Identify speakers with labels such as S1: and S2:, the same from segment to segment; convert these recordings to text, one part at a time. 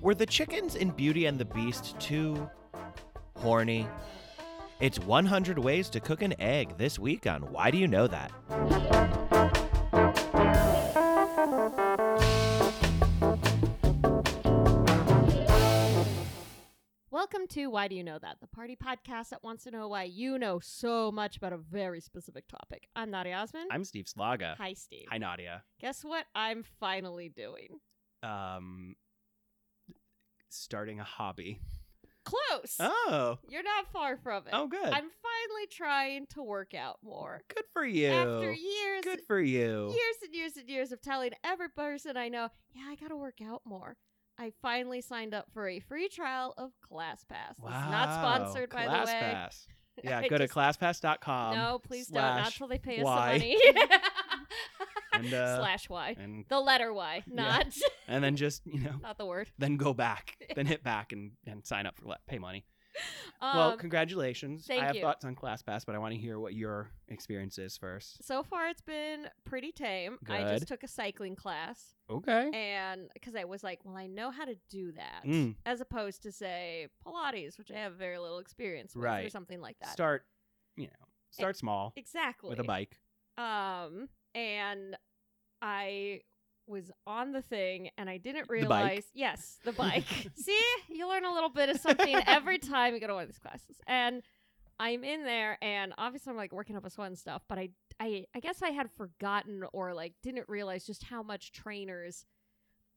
S1: Were the chickens in Beauty and the Beast too horny? It's 100 Ways to Cook an Egg this week on Why Do You Know That?
S2: Welcome to Why Do You Know That, the party podcast that wants to know why you know so much about a very specific topic. I'm Nadia Osman.
S3: I'm Steve Slaga.
S2: Hi, Steve.
S3: Hi, Nadia.
S2: Guess what I'm finally doing?
S3: Um, starting a hobby.
S2: Close!
S3: Oh,
S2: You're not far from it.
S3: oh, good.
S2: I'm finally trying to work out more.
S3: good for you.
S2: After years,
S3: good for you.
S2: years and years and years of telling every person I know, yeah, I gotta work out more. I finally signed up for a free trial of ClassPass. This is not sponsored, by the way.
S3: ClassPass. Yeah,
S2: I
S3: go
S2: just-
S3: to classpass.com.
S2: no, please don't. Not
S3: um, slash
S2: till they pay us
S3: Y.
S2: some money.
S3: And, uh,
S2: slash Y.
S3: and
S2: The letter Y, not
S3: and then just you know
S2: not the word.
S3: then go back, then hit back and and sign up for le- pay money.
S2: Um,
S3: well, congratulations.
S2: thank
S3: I have
S2: you.
S3: thoughts on ClassPass, but I want to hear what your experience is first.
S2: so far it's been pretty tame. I just
S3: Good.
S2: took a cycling class,
S3: Okay.
S2: and because I was like, well, I know how to do that,
S3: Mm.
S2: as opposed to say Pilates, which I have very little experience with, or
S3: Right.
S2: something like that.
S3: Start, you know, start small
S2: exactly
S3: with a bike.
S2: Um, and I was on the thing and I didn't
S3: bike.
S2: realize. Yes, the bike. See, you learn a little bit of something every time you go to one of these classes. And I'm in there, and obviously I'm like working up a sweat and stuff, but I, I, I guess I had forgotten or like didn't realize just how much trainers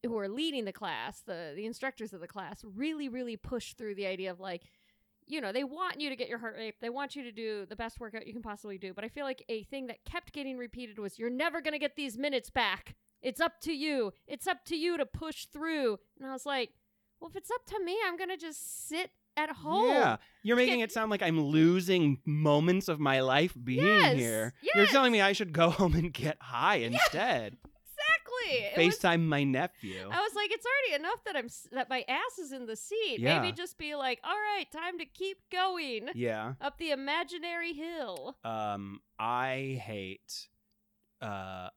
S2: who are leading the class, the the instructors of the class, really, really push through the idea of like, you know, they want you to get your heart rate, they want you to do the best workout you can possibly do. But I feel like a thing that kept getting repeated was, "You're never gonna get these minutes back. It's up to you. It's up to you to push through." And I was like, "Well, if it's up to me, I'm gonna just sit at home."
S3: Yeah, you're
S2: Get-
S3: making it sound like I'm losing moments of my life being
S2: Yes,
S3: here. You're telling me
S2: yes.
S3: I should go home and get high instead.
S2: Exactly. It was- Oh.
S3: FaceTime my nephew.
S2: I was like, it's already enough that I'm s- that my ass is in the seat.
S3: Yeah.
S2: Maybe just be like, all right, time to keep going
S3: yeah.
S2: up the imaginary hill.
S3: Um, I hate. Uh,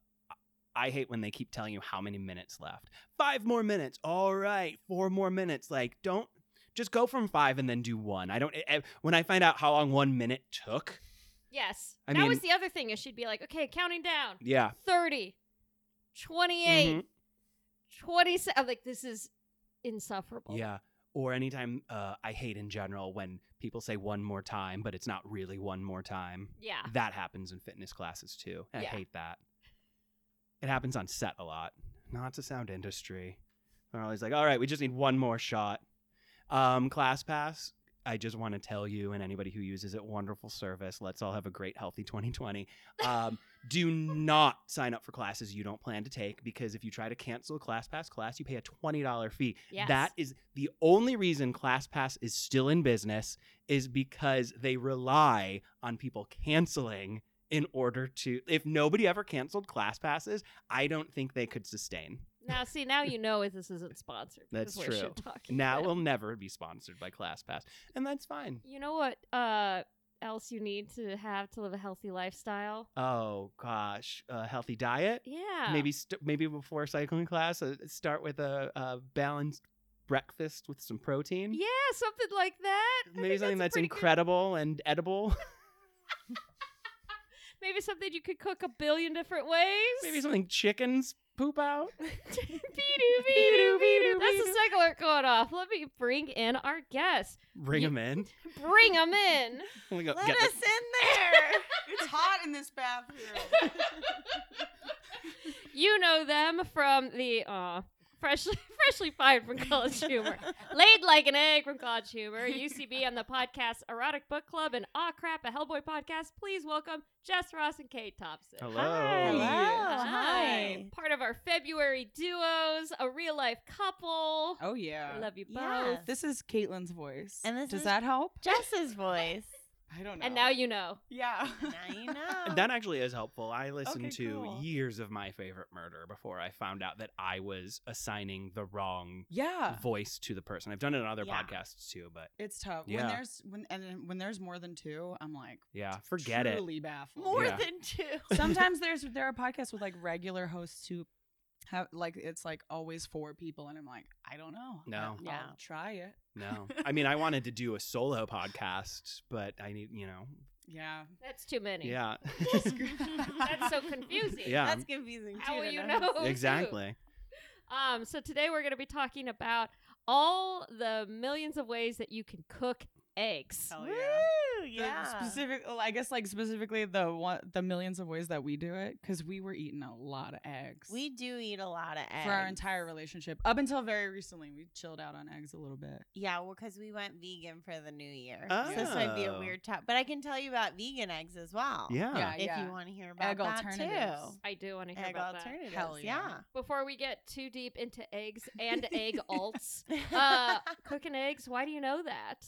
S3: I hate when they keep telling you how many minutes left. Five more minutes. All right, four more minutes. Like, don't just go from five and then do one. I don't. eh, eh, when I find out how long one minute took,
S2: Yes.
S3: I
S2: that
S3: mean-
S2: was the other thing. Is she'd be like, okay, counting down,
S3: yeah.
S2: 30, 28,
S3: Mhm.
S2: 27. I'm like, this is insufferable.
S3: Yeah. Or anytime uh, I hate in general when people say one more time, but it's not really one more time.
S2: Yeah.
S3: That happens in fitness classes too. and
S2: Yeah.
S3: I hate that. It happens on set a lot. Not to sound industry. They're always like, all right, we just need one more shot. Um, class pass. I just want to tell you and anybody who uses it, wonderful service. Let's all have a great, healthy 2020. Um, do not sign up for classes you don't plan to take because if you try to cancel a ClassPass class, you pay a $20 fee.
S2: Yes.
S3: That is the only reason ClassPass is still in business is because they rely on people canceling in order to if nobody ever canceled class passes, I don't think they could sustain.
S2: Now, see, now you know if this isn't sponsored. because
S3: That's
S2: we're
S3: true.
S2: shit talking
S3: Now
S2: about.
S3: we'll never be sponsored by ClassPass. And that's fine.
S2: you know what uh, else you need to have to live a healthy lifestyle?
S3: Oh gosh, a healthy diet?
S2: Yeah.
S3: Maybe st- maybe before cycling class, uh, start with a, a balanced breakfast with some protein.
S2: Yeah, something like that. I
S3: Maybe
S2: think
S3: something
S2: a
S3: that's,
S2: pretty good-
S3: incredible and edible.
S2: Maybe something you could cook a billion different ways.
S3: Maybe something chickens poop out.
S2: Be-doo, be-doo, be-doo. That's the second alert going off. Let me bring in our guests.
S3: Bring
S2: You-
S3: them in.
S2: Bring them in.
S3: We go
S4: Let
S3: get the-
S4: us in there. it's hot in this bathroom.
S2: You know them from the uh, freshly freshly fired from College Humor, laid like an egg from College Humor, UCB on the podcast Erotic Book Club, and Aw Crap, a Hellboy podcast. Please welcome Jess Ross and Kate Thompson.
S3: Hello.
S4: Hi. Hello. Hi.
S2: Part of our February duos, a real life couple.
S5: Oh
S3: Uh,
S5: yeah.
S2: Love you both.
S6: Yeah.
S5: This is Caitlin's voice.
S6: And this
S5: Does
S6: is-
S5: that help?
S6: Jess's voice.
S5: I don't know.
S2: And now you know.
S5: Yeah.
S6: now you know.
S3: That actually is helpful. I listened
S5: Okay,
S3: to
S5: cool.
S3: years of my favorite murder before I found out that I was assigning the wrong
S5: yeah.
S3: voice to the person. I've done it on other
S6: Yeah.
S3: podcasts too, but
S5: It's tough.
S3: Yeah.
S5: When there's when and then when there's more than two, I'm like
S3: yeah, forget it.
S5: truly baffled.
S6: More
S3: Yeah.
S6: than two.
S5: Sometimes there's there are podcasts with like regular hosts who have like it's like always four people, and I'm like, I don't know.
S3: No.
S5: I'll
S6: Yeah.
S5: try it.
S3: No. I mean, I wanted to do a solo podcast, but I need, you know,
S5: Yeah,
S2: That's too many.
S3: yeah.
S2: That's so confusing.
S3: Yeah.
S6: That's confusing. Too,
S2: How will
S6: to
S2: you know? who's who?
S3: exactly.
S2: Um, so today we're going to be talking about all the millions of ways that you can cook eggs.
S5: Hell
S6: Woo!
S5: yeah. The
S6: Yeah.
S5: Specific, well, I guess, like specifically the one, the millions of ways that we do it, because we were eating a lot of eggs.
S6: We do eat a lot of eggs
S5: for our entire relationship up until very recently, we chilled out on eggs a little bit.
S6: Yeah, well, because we went vegan for the new year. So this might be a
S3: Oh.
S6: weird top, but I can tell you about vegan eggs as well.
S3: Yeah.
S5: Yeah.
S6: If you want to hear about
S5: Egg
S6: that
S5: alternatives.
S6: too.
S2: I do want to hear
S6: Egg
S2: about that.
S6: alternatives.
S5: Hell yeah.
S2: Before we get too deep into eggs and egg alts, uh, cooking eggs, why do you know that?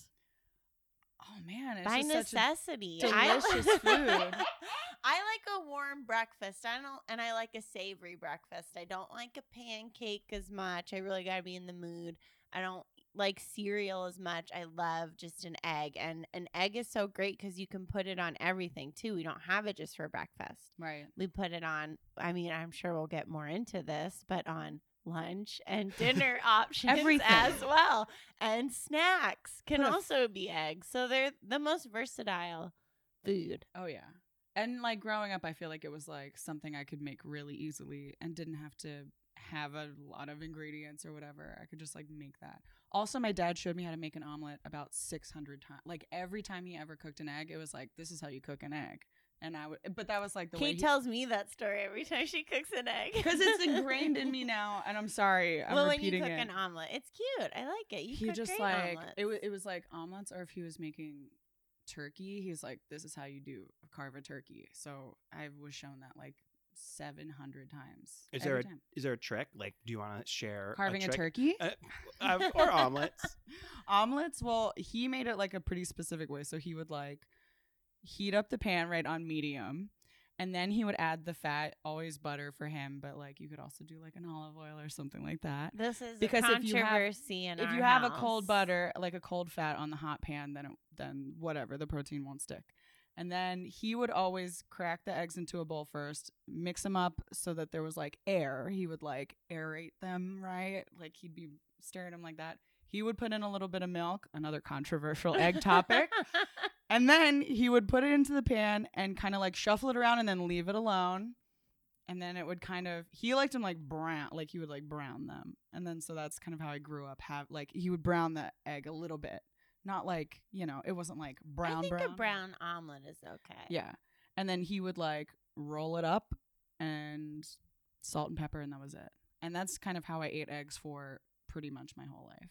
S5: Oh man, it's
S6: By
S5: just such a
S6: necessity.
S5: delicious food.
S6: I like a warm breakfast. I don't and I like a savory breakfast. I don't like a pancake as much. I really gotta be in the mood. I don't like cereal as much. I love just an egg. And an egg is so great because you can put it on everything too. We don't have it just for breakfast.
S5: right.
S6: we put it on i mean i'm sure we'll get more into this but on lunch and dinner options
S5: Everything.
S6: as well and snacks can
S5: Put a-
S6: also be eggs so they're the most versatile food
S5: Oh yeah. And like growing up, I feel like it was like something I could make really easily and didn't have to have a lot of ingredients or whatever. I could just like make that. Also, my dad showed me how to make an omelet about 600 times. Like every time he ever cooked an egg, it was like, this is how you cook an egg. And I would, but that was like the way
S6: kate tells me that story every time she cooks an egg
S5: because it's ingrained in me now. And I'm sorry. I'm
S6: well when you
S5: repeating
S6: cook
S5: it.
S6: an omelet it's cute i like it you
S5: he
S6: cook
S5: just
S6: great
S5: like it, wa
S6: omelets.
S5: it was like omelets or if he was making turkey he's like this is how you do carve a turkey so i was shown that like 700 times
S3: Is
S5: every
S3: there a
S5: time.
S3: Is there a trick? Like, do you want to share
S5: carving a,
S3: trick?
S5: turkey
S3: Uh, uh, or omelets.
S5: omelets well he made it like a pretty specific way so he would like heat up the pan right on medium and then he would add the fat always butter for him but like you could also do like an olive oil or something like that
S6: this is
S5: because
S6: a
S5: if you have-
S6: controversy in
S5: if
S6: our
S5: you have a cold
S6: house.
S5: butter, like a cold fat on the hot pan, then it, then whatever, the protein won't stick. And then he would always crack the eggs into a bowl first, mix them up so that there was like air. He would like aerate them, right? Like he'd be stirring them like that. He would put in a little bit of milk, another controversial egg topic. And then he would put it into the pan and kind of like shuffle it around and then leave it alone. And then it would kind of he liked them like brown, like he would like brown them. And then so that's kind of how I grew up. Have like he would brown the egg a little bit, not like you know it wasn't like brown.
S6: i think
S5: brown.
S6: a brown omelet is okay
S5: Yeah, and then he would like roll it up and salt and pepper, and that was it. And that's kind of how I ate eggs for pretty much my whole life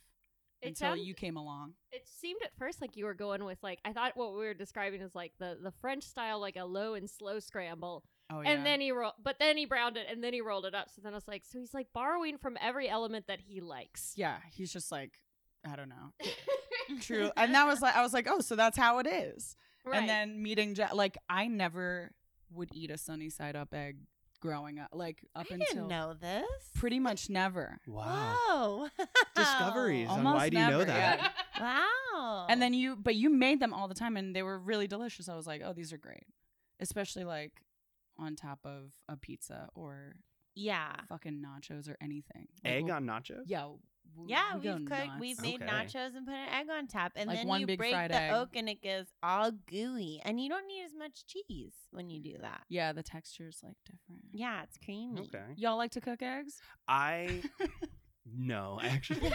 S2: It
S5: until
S2: sounds-
S5: you came along.
S2: It seemed at first like you were going with like I thought what we were describing is like the the French style, like a low and slow scramble,
S5: Oh
S2: and then he rolled, but then he browned it and then he rolled it up. So then I was like, so he's like borrowing from every element that he likes.
S5: yeah, he's just like I don't know. True. And that was like I was like, oh, so that's how it is.
S2: right.
S5: And then meeting Jack, like I never would eat a sunny side up egg growing up, like up
S6: i
S5: until
S6: didn't know this
S5: pretty much never.
S6: wow
S3: Discoveries on
S5: Almost
S3: why do you know
S5: never,
S3: that?
S5: yeah.
S6: Wow.
S5: And then you, but you made them all the time, and they were really delicious. I was like, oh, these are great, especially like on top of a pizza or
S6: yeah.
S5: fucking nachos or anything. Like,
S3: Egg
S5: we'll-
S3: on nachos?
S5: Yeah. we-
S6: Yeah,
S5: we
S6: we
S5: go
S6: have cooked,
S5: nuts.
S6: we've made
S3: Okay.
S6: nachos and put an egg on top, and
S5: Like
S6: then
S5: one
S6: you
S5: big
S6: break
S5: fried
S6: the
S5: egg.
S6: yolk, and it goes all gooey, and you don't need as much cheese when you do that.
S5: Yeah, the texture is like different.
S6: Yeah, it's creamy.
S3: Okay.
S5: Y'all like to cook eggs?
S3: I no, I actually.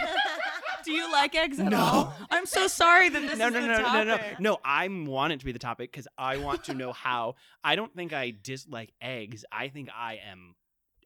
S5: Do you like eggs at
S3: No.
S5: all? I'm so sorry that this
S3: No,
S5: is
S3: no,
S5: the
S3: no, no, no,
S5: topic.
S3: no. I want it to be the topic because I want to know how. I don't think I dislike eggs. I think I am.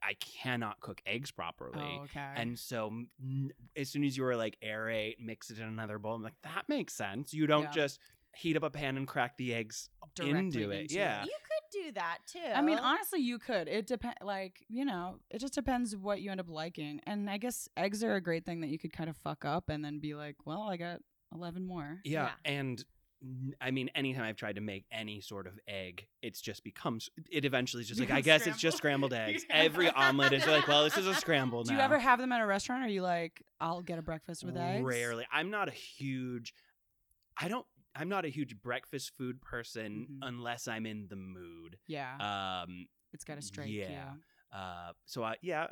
S3: I cannot cook eggs properly.
S5: Oh, okay.
S3: And so, n- as soon as you were like aerate, mix it in another bowl, I'm like, that makes sense. You don't
S5: Yeah.
S3: just heat up a pan and crack the eggs
S5: Directly
S3: into it. yeah.
S6: You could do that too.
S5: I mean, honestly, you could. It depend, like you know, it just depends what you end up liking. And I guess eggs are a great thing that you could kind of fuck up and then be like, well, I got eleven more.
S3: Yeah,
S6: Yeah.
S3: and n- I mean, anytime I've tried to make any sort of egg, it's just becomes it eventually is just like I
S4: Becomes
S3: guess it's just
S4: scrambled.
S3: scrambled eggs.
S4: Yeah.
S3: Every omelet is like, well, this is a scramble.
S5: Do you
S3: now.
S5: ever have them at a restaurant? Or are you like, I'll get a breakfast with eggs?
S3: Rarely. I'm not a huge. I don't. I'm not a huge breakfast food person
S5: Mhm.
S3: unless I'm in the mood.
S5: Yeah,
S3: Um.
S5: it's got to strike
S3: yeah.
S5: you.
S3: Uh. So I yeah.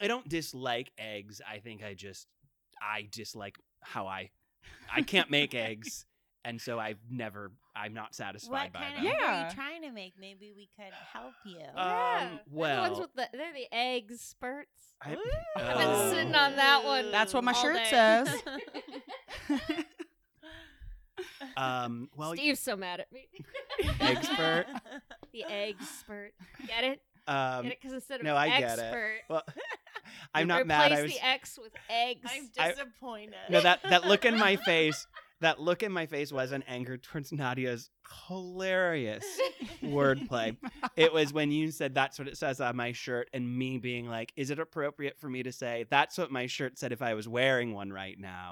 S3: I don't dislike eggs. I think I just I dislike how I I can't make eggs, and so I've never I'm not satisfied
S6: What
S3: by
S6: kind
S3: them.
S6: of egg are
S5: Yeah.
S6: you trying to make? Maybe we could help you.
S3: Um,
S2: they're the
S3: well-
S2: ones with the they're the egg spurts.
S3: I-
S2: I've been
S3: Oh.
S2: sitting on that one.
S5: That's what my
S2: all
S5: shirt
S2: day.
S5: says.
S3: Um, well,
S2: Steve's so mad at me.
S3: Expert.
S2: the egg spurt. Get it? Get
S3: um,
S2: it? Because instead of
S3: no, I get it.
S2: expert,
S3: well, I'm not mad. I
S2: replace
S3: was
S2: the X with eggs.
S6: I'm
S3: I-
S6: disappointed.
S3: no that that look in my face. That look in my face was an anger towards Nadia's hilarious wordplay. It was when you said that's what it says on my shirt, and me being like, "Is it appropriate for me to say that's what my shirt said if I was wearing one right now?"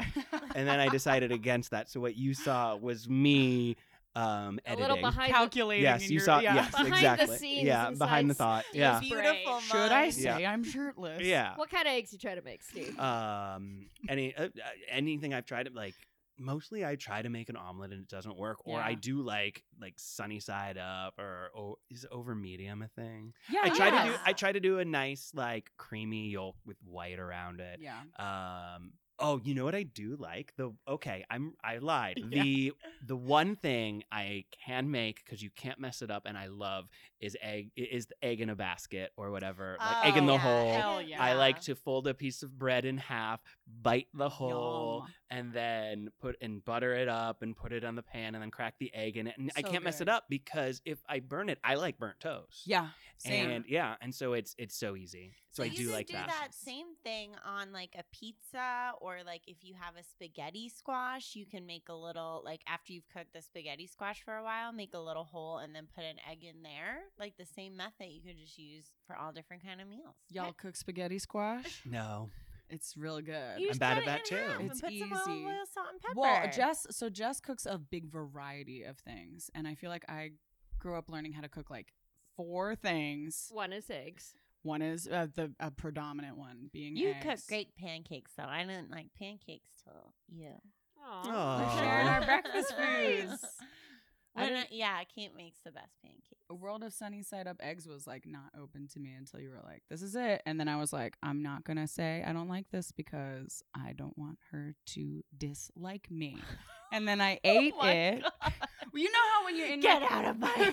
S3: And then I decided against that. So what you saw was me um,
S2: a
S3: editing.
S2: little behind the,
S5: calculating.
S3: yes,
S5: in
S3: you
S5: your-
S3: saw.
S5: yeah.
S3: Yes,
S2: Behind the
S3: exactly.
S2: scenes
S3: yeah,
S2: inside
S3: behind the thought. Yeah,
S2: Steve's
S6: Beautiful.
S5: Should I
S6: mind.
S5: say I'm shirtless?
S3: yeah.
S2: What kind of eggs you try to make, Steve?
S3: um any uh, uh, anything i've tried to like mostly i try to make an omelet and it doesn't work or i
S5: Yeah.
S3: do like like sunny side up or oh, is over medium a thing
S5: Yeah.
S3: i try to do
S5: yes.
S3: i try to do a nice like creamy yolk with white around it
S5: Yeah.
S3: um oh you know what i do like the okay i'm i lied
S5: Yeah.
S3: the the one thing i can make because you can't mess it up and i love is egg i- is the egg in a basket or whatever like egg in the
S6: Oh, yeah.
S3: hole
S5: Hell yeah.
S3: I like to fold a piece of bread in half, bite the hole,
S5: Yum.
S3: and then put and butter it up and put it on the pan and then crack the egg in it. And I
S5: So
S3: can't mess it
S5: good.
S3: up because if I burn it, I like burnt toast.
S5: Yeah. Same.
S3: And yeah, and so it's it's so easy. So, I
S6: you
S3: do
S6: could
S3: like
S6: do
S3: that.
S6: that. same thing on like a pizza or like if you have a spaghetti squash, you can make a little like after you've cooked the spaghetti squash for a while, make a little hole and then put an egg in there. Like the same method you could just use for all different kind of meals.
S5: Y'all cook spaghetti squash?
S3: No.
S5: It's real good.
S6: You
S3: I'm
S6: just
S3: bad
S6: cut
S3: at
S6: it
S3: that
S6: in
S3: too.
S6: half and
S5: It's
S6: put some olive
S5: easy.
S6: oil, salt, and pepper.
S5: Well, Jess, so Jess cooks a big variety of things, and I feel like I grew up learning how to cook like four things.
S2: One is eggs.
S5: One is uh, the a predominant one being
S6: you cook
S5: eggs.
S6: great pancakes though. I didn't like pancakes till you.
S2: Aw.
S3: Aw.
S5: We're sharing our breakfast
S6: Nice.
S5: foods. I
S6: When I
S5: didn't-
S6: yeah, Kate makes the best pancakes.
S5: A world of sunny side up eggs was like not open to me until you were like, "This is it," and then I was like, "I'm not gonna say I don't like this because I don't want her to dislike me." And then I ate
S6: Oh my
S5: it. Well, you know how when you're in
S6: Get out of my house.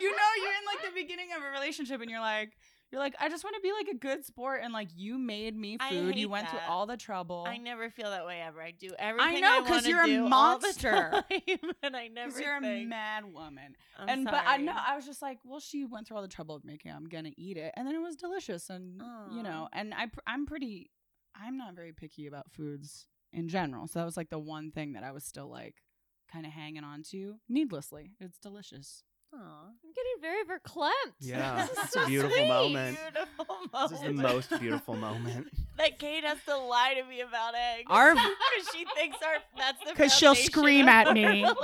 S5: you know you're in like the beginning of a relationship and you're like you're like I just want to be like a good sport and like you made me
S6: I
S5: food.
S6: hate
S5: You went through
S6: that.
S5: all the trouble.
S6: I never feel that way ever. I do everything. I
S5: know, 'cause
S6: because
S5: you're a monster.
S6: and I never.
S5: because you're a
S6: think,
S5: mad woman.
S6: "I'm
S5: and but I
S6: sorry."
S5: know I was just like, well, she went through all the trouble of making. it. I'm gonna eat it, and then it was delicious, and you know,
S6: Aw.
S5: and I pr- I'm pretty, I'm not very picky about foods in general. So that was like the one thing that I was still like kind of hanging on to needlessly. It's delicious.
S6: Aw.
S2: I'm getting very verklempt.
S3: Yeah.
S2: This is
S3: It's a
S2: so
S3: beautiful
S2: sweet.
S3: moment.
S6: Beautiful
S3: This is the
S6: moment.
S3: most beautiful moment.
S6: that Kate has to lie to me about eggs.
S5: Our-
S6: because she thinks our that's the
S5: 'Cause she'll
S6: foundation
S5: scream
S6: of
S5: at
S6: our
S5: me.
S6: relationship.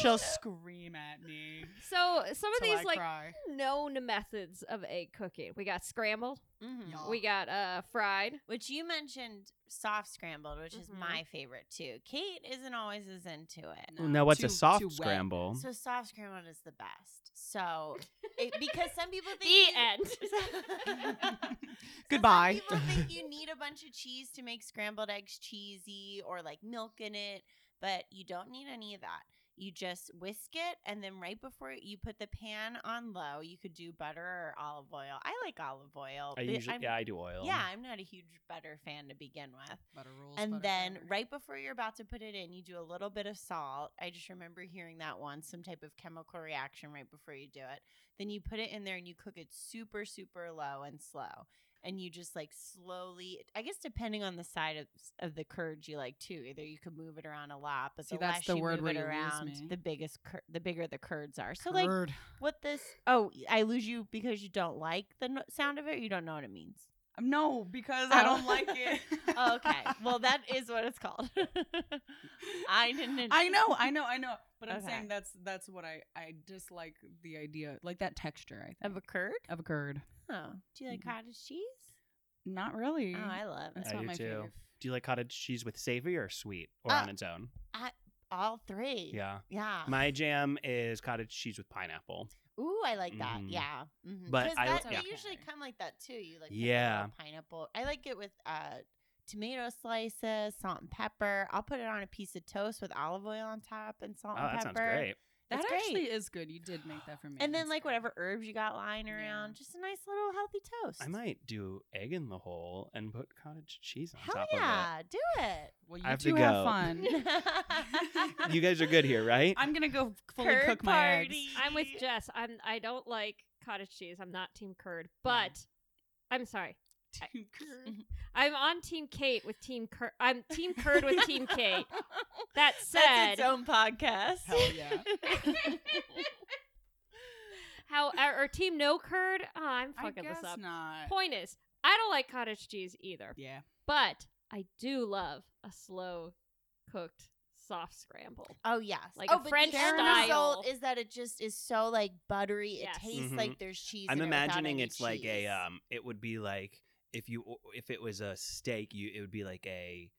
S5: She'll scream at me.
S2: So some of
S5: till
S2: these
S5: I
S2: like
S5: cry.
S2: known methods of egg cooking. We got scrambled.
S6: Mhm.
S5: Y'all.
S2: We got uh fried.
S6: Which you mentioned soft scrambled, which is
S2: Mhm.
S6: my favorite too. Kate isn't always as into it.
S5: No,
S3: now what's
S5: too-
S3: a soft
S5: too wet.
S3: scramble?
S6: So soft scrambled is the best. So it, because some people
S2: The
S6: think
S2: end.
S6: you- So
S5: Goodbye.
S6: Some people think you need a bunch of cheese to make scrambled eggs cheesy or like milk in it, but you don't need any of that. You just whisk it, and then right before you put the pan on low, you could do butter or olive oil. I like olive oil.
S3: I
S6: but
S3: usually
S6: I'm-
S3: yeah, I do oil.
S6: yeah, I'm not a huge butter fan to begin with.
S5: Butter rolls,
S6: And
S5: butter
S6: then
S5: crackers.
S6: right before you're about to put it in, you do a little bit of salt. I just remember hearing that once, some type of chemical reaction right before you do it. Then you put it in there and you cook it super, super low and slow. And you just like slowly, I guess depending on the side of, of the curd you like too. Either you could move it around a lot, but
S5: See,
S6: the
S5: that's
S6: less
S5: the
S6: you
S5: word
S6: move
S5: where
S6: it
S5: you lose
S6: around,
S5: me.
S6: the biggest, cur- the bigger the curds are. So like
S5: Curd.
S6: what this? Oh, I lose you because you don't like the no- sound of it. Or you don't know what it means.
S5: Um, no, because I
S6: Oh.
S5: don't like it.
S6: Oh, okay. Well, that is what it's called. I didn't.
S5: I know, I know, I know. But I'm
S6: Okay.
S5: saying that's that's what I I dislike the idea, like that texture. I
S6: Of
S5: think
S6: a curd?
S5: of a curd.
S6: Oh. Do you like
S5: Mhm.
S6: cottage cheese?
S5: Not really.
S6: Oh, I love it.
S5: that's
S3: I
S5: not
S3: do
S5: my
S3: too.
S5: favorite.
S3: Do you like cottage cheese with savory or sweet or
S6: Uh,
S3: on its own?
S6: All three.
S3: Yeah.
S6: Yeah.
S3: My jam is cottage cheese with pineapple.
S6: Ooh, I like that.
S3: Mhm.
S6: Yeah. Mm-hmm.
S3: But I-
S6: that,
S5: yeah.
S6: they usually come like that too. You like put a little
S3: Yeah.
S6: pineapple. I like it with uh tomato slices, salt and pepper. I'll put it on a piece of toast with olive oil on top and salt
S3: Oh,
S6: and
S3: that
S6: pepper.
S3: sounds great.
S5: That
S6: That's
S5: actually
S6: great.
S5: is good. You did make that for me.
S6: And then
S5: That's
S6: like
S5: good.
S6: whatever herbs you got lying
S5: Yeah.
S6: around, just a nice little healthy toast.
S3: I might do egg in the hole and put cottage cheese on
S6: Hell
S3: top
S6: yeah, do it.
S3: I
S5: Well, you
S3: have to
S5: two have
S3: go.
S5: fun.
S3: of it. You guys are good here, right?
S5: I'm gonna go fully
S6: Curd
S5: cook my eggs.
S6: party.
S2: I'm with Jess. I'm. I don't like cottage cheese. I'm not team curd, but I'm sorry.
S5: Team curd.
S2: I'm on team Kate with team curd. I'm team curd with team Kate. That
S6: That's
S2: said,
S6: its own podcast.
S5: Hell yeah.
S2: how or, or team no curd? Oh, I'm
S5: I
S2: fucking
S5: guess
S2: this up.
S5: not.
S2: Point is, I don't like cottage cheese either,
S5: Yeah.
S2: but I do love a slow cooked soft scramble.
S5: Uh,
S6: Oh yes,
S2: Like
S6: oh,
S2: a
S6: but
S2: French
S6: the end
S2: style.
S6: result is that it just is so like buttery.
S2: Yes.
S6: It tastes
S3: Mhm.
S6: like there's cheese.
S3: I'm
S6: in it without
S3: imagining
S6: any
S3: it's like a
S6: cheese.
S3: um it would be like if you if it was a steak, you it would be like a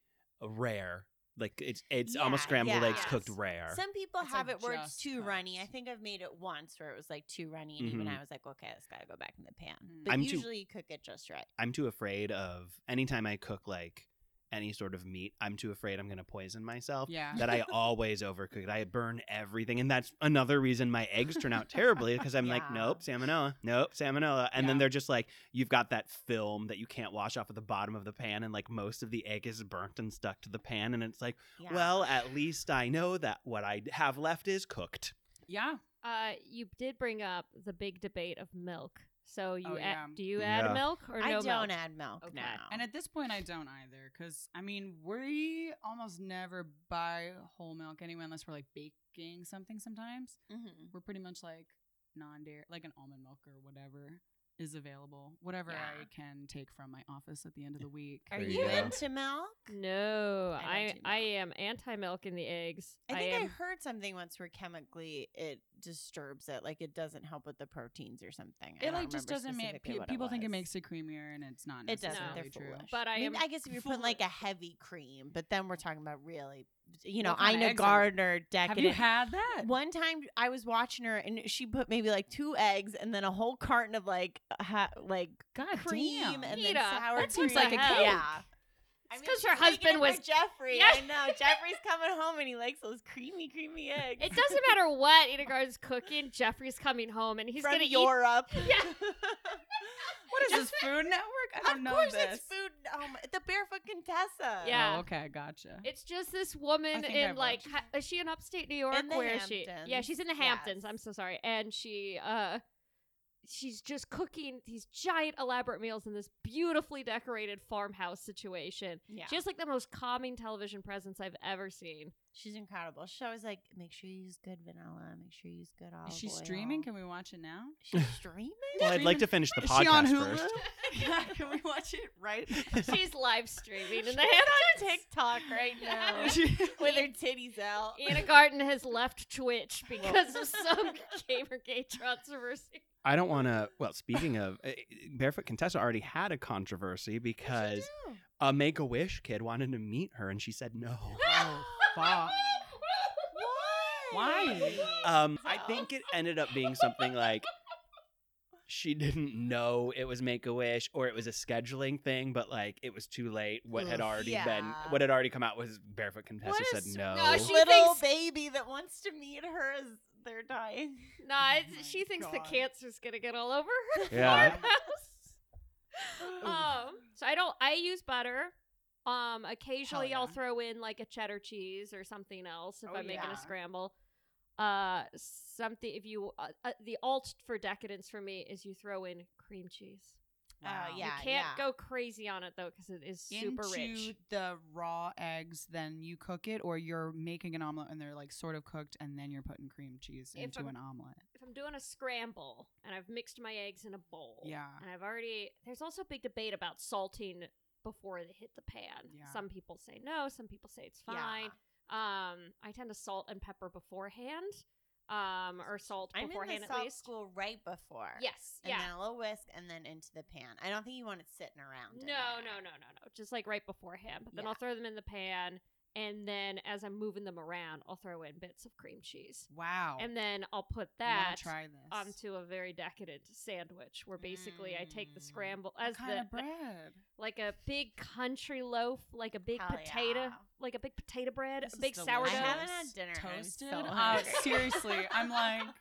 S3: a rare. Like it's it's
S6: Yeah,
S3: almost scrambled
S6: yeah.
S3: eggs cooked
S6: Yes.
S3: rare.
S6: Some people
S5: It's,
S6: have
S5: like,
S6: it where it's
S5: just
S6: too
S5: cooked.
S6: runny. I think I've made it once where it was like too runny, and even
S3: Mhm.
S6: I was like, okay, it's got to go back in the pan.
S5: Mm.
S6: But
S3: I'm too-
S6: usually you cook it just right.
S3: I'm too afraid of anytime I cook like any sort of meat, I'm too afraid I'm gonna poison myself.
S5: Yeah.
S3: That I always overcook it. I burn everything. And that's another reason my eggs turn out terribly because I'm like,
S6: Yeah.
S3: nope, salmonella, nope, salmonella. And then
S5: Yeah.
S3: they're just like, you've got that film that you can't wash off of the bottom of the pan. And like most of the egg is burnt and stuck to the pan. And it's like,
S6: Yeah.
S3: Well, at least I know that what I have left is cooked.
S5: Yeah.
S2: Uh, you did bring up the big debate of milk. So you
S5: Oh,
S2: add,
S5: yeah.
S2: do you add
S3: Yeah.
S2: milk or no
S6: I
S2: milk?
S6: don't add milk
S2: Okay.
S6: now.
S5: And at this point, I don't either, because I mean, we almost never buy whole milk anyway, unless we're like baking something. Sometimes
S6: Mhm.
S5: we're pretty much like non-dairy, like an almond milk or whatever is available, whatever
S6: Yeah.
S5: I can take from my office at the end of the week.
S6: Are
S3: There
S6: you,
S3: you go.
S6: into milk?
S2: No,
S6: I don't
S2: I
S6: do
S2: I,
S6: milk.
S2: am anti milk in the eggs.
S6: I think I,
S2: am,
S6: heard something once where chemically it disturbs it, like it doesn't help with the proteins or something. I
S5: It
S6: don't
S5: like just
S6: remember
S5: doesn't make
S6: specifically
S5: pe-
S6: what
S5: people think it
S6: was.
S5: makes it creamier, and it's not.
S6: It doesn't.
S5: necessarily
S6: They're
S5: true.
S6: foolish.
S2: but I
S6: I,
S2: am
S6: mean, I guess if you're putting like a
S2: foolish.
S6: heavy cream, but then we're talking about really, you know,
S5: What kind of
S6: Ina
S5: eggs are-
S6: Gardner
S5: Have
S6: decadent.
S5: you had that?
S6: One time I was watching her and she put maybe like two eggs and then a whole carton of like ha- like
S5: God
S6: cream
S5: damn.
S6: and
S2: Rita,
S6: then sour
S2: that
S6: cream.
S2: seems like a cake.
S6: Yeah. I
S2: It's
S6: mean,
S2: 'cause
S6: she's
S2: her
S6: making
S2: husband
S6: it for
S2: was-
S6: Jeffrey.
S2: Yeah.
S6: I know Jeffrey's coming home and he likes those creamy, creamy eggs.
S2: It doesn't matter what Inegard's cooking. Jeffrey's coming home and he's
S6: From
S2: gonna eat.
S6: Europe.
S2: Yeah.
S5: What is this Food Network? I don't
S6: of
S5: know
S6: course,
S5: this.
S6: it's food. Oh my, the Barefoot Contessa.
S2: Yeah.
S5: Oh, okay, gotcha.
S2: It's just this woman
S5: think
S2: in
S5: I've
S2: like
S5: watched
S2: ha- is she in upstate New York?
S6: In the
S2: Where is she? Yeah,
S6: Hamptons,
S2: she's in the
S6: yes.
S2: Hamptons. I'm so sorry. And she uh she's just cooking these giant elaborate meals in this beautifully decorated farmhouse situation.
S6: yeah.
S2: She has like the most calming television presence I've ever seen.
S6: She's incredible. She's always like, make sure you use good vanilla. Make sure you use good olive
S5: Is she
S6: oil."
S5: streaming? Can we watch it now?
S6: She's streaming.
S3: Well, I'd like to finish the podcast first.
S5: yeah, can we watch it right?
S2: She's live streaming in the
S6: She's on
S2: Hamptons.
S6: TikTok right now with her titties out.
S2: Anna Garten has left Twitch because of some Gamergate controversy.
S3: I don't want to. Well, speaking of uh, Barefoot Contessa, already had a controversy because a Make a Wish kid wanted to meet her and she said no.
S5: oh, fuck. Why?
S3: Um, I think it ended up being something like she didn't know it was Make a Wish or it was a scheduling thing, but like it was too late. What had
S6: Ugh,
S3: already been,
S6: yeah.
S3: what had already come out was Barefoot Contessa
S6: What
S3: said
S6: is-
S3: no.
S2: no,
S6: She
S2: She
S6: little
S2: thinks-
S6: baby that wants to meet her as they're dying.
S2: Nah, it's,
S5: my
S2: she thinks the
S5: God.
S2: cancer's gonna get all over her
S3: Yeah.
S2: farmhouse. um, so I don't. I use butter. Um, occasionally I'll
S5: yeah.
S2: throw in like a cheddar cheese or something else if
S6: Oh,
S2: I'm making
S6: yeah.
S2: a scramble. Uh, something if you uh, uh, the alt for decadence for me is you throw in cream cheese.
S5: Wow.
S6: Uh, yeah.
S2: you can't go crazy on it though because it is super
S5: Into
S2: rich.
S5: the raw eggs, then you cook it, or you're making an omelet and they're like sort of cooked, and then you're putting cream cheese
S2: If
S5: into
S2: I'm-
S5: an omelet.
S2: If I'm doing a scramble and I've mixed my eggs in a bowl,
S5: Yeah.
S2: and I've already there's also a big debate about salting before they hit the pan.
S5: Yeah.
S2: Some people say no, some people say it's
S6: Yeah.
S2: fine. Um, I tend to salt and pepper beforehand, um, or salt
S6: I'm in
S2: beforehand
S6: the
S2: at
S6: salt
S2: least.
S6: school right before.
S2: Yes,
S6: And
S2: yeah.
S6: then a little whisk and then into the pan. I don't think you want it sitting around. in
S2: No,
S6: there.
S2: no, no, no, no. Just like right beforehand. But then
S6: Yeah.
S2: I'll throw them in the pan and then as I'm moving them around, I'll throw in bits of cream cheese,
S6: Oh.
S5: Wow.
S2: and then I'll put
S5: I wanna
S2: that um,
S5: try this.
S2: onto a very decadent sandwich, where basically I take the
S6: Mm.
S2: scramble
S5: What
S2: as
S5: kind
S2: the
S5: of bread.
S2: like a big country loaf, like a big
S6: Hell
S2: potato,
S6: yeah.
S2: like a big potato bread,
S5: This
S2: a
S5: is
S2: big
S5: delicious.
S6: I
S2: sourdough.
S6: haven't had dinner.
S5: Toasted?
S6: I'm so
S5: Uh,
S6: hungry.
S5: seriously, I'm like-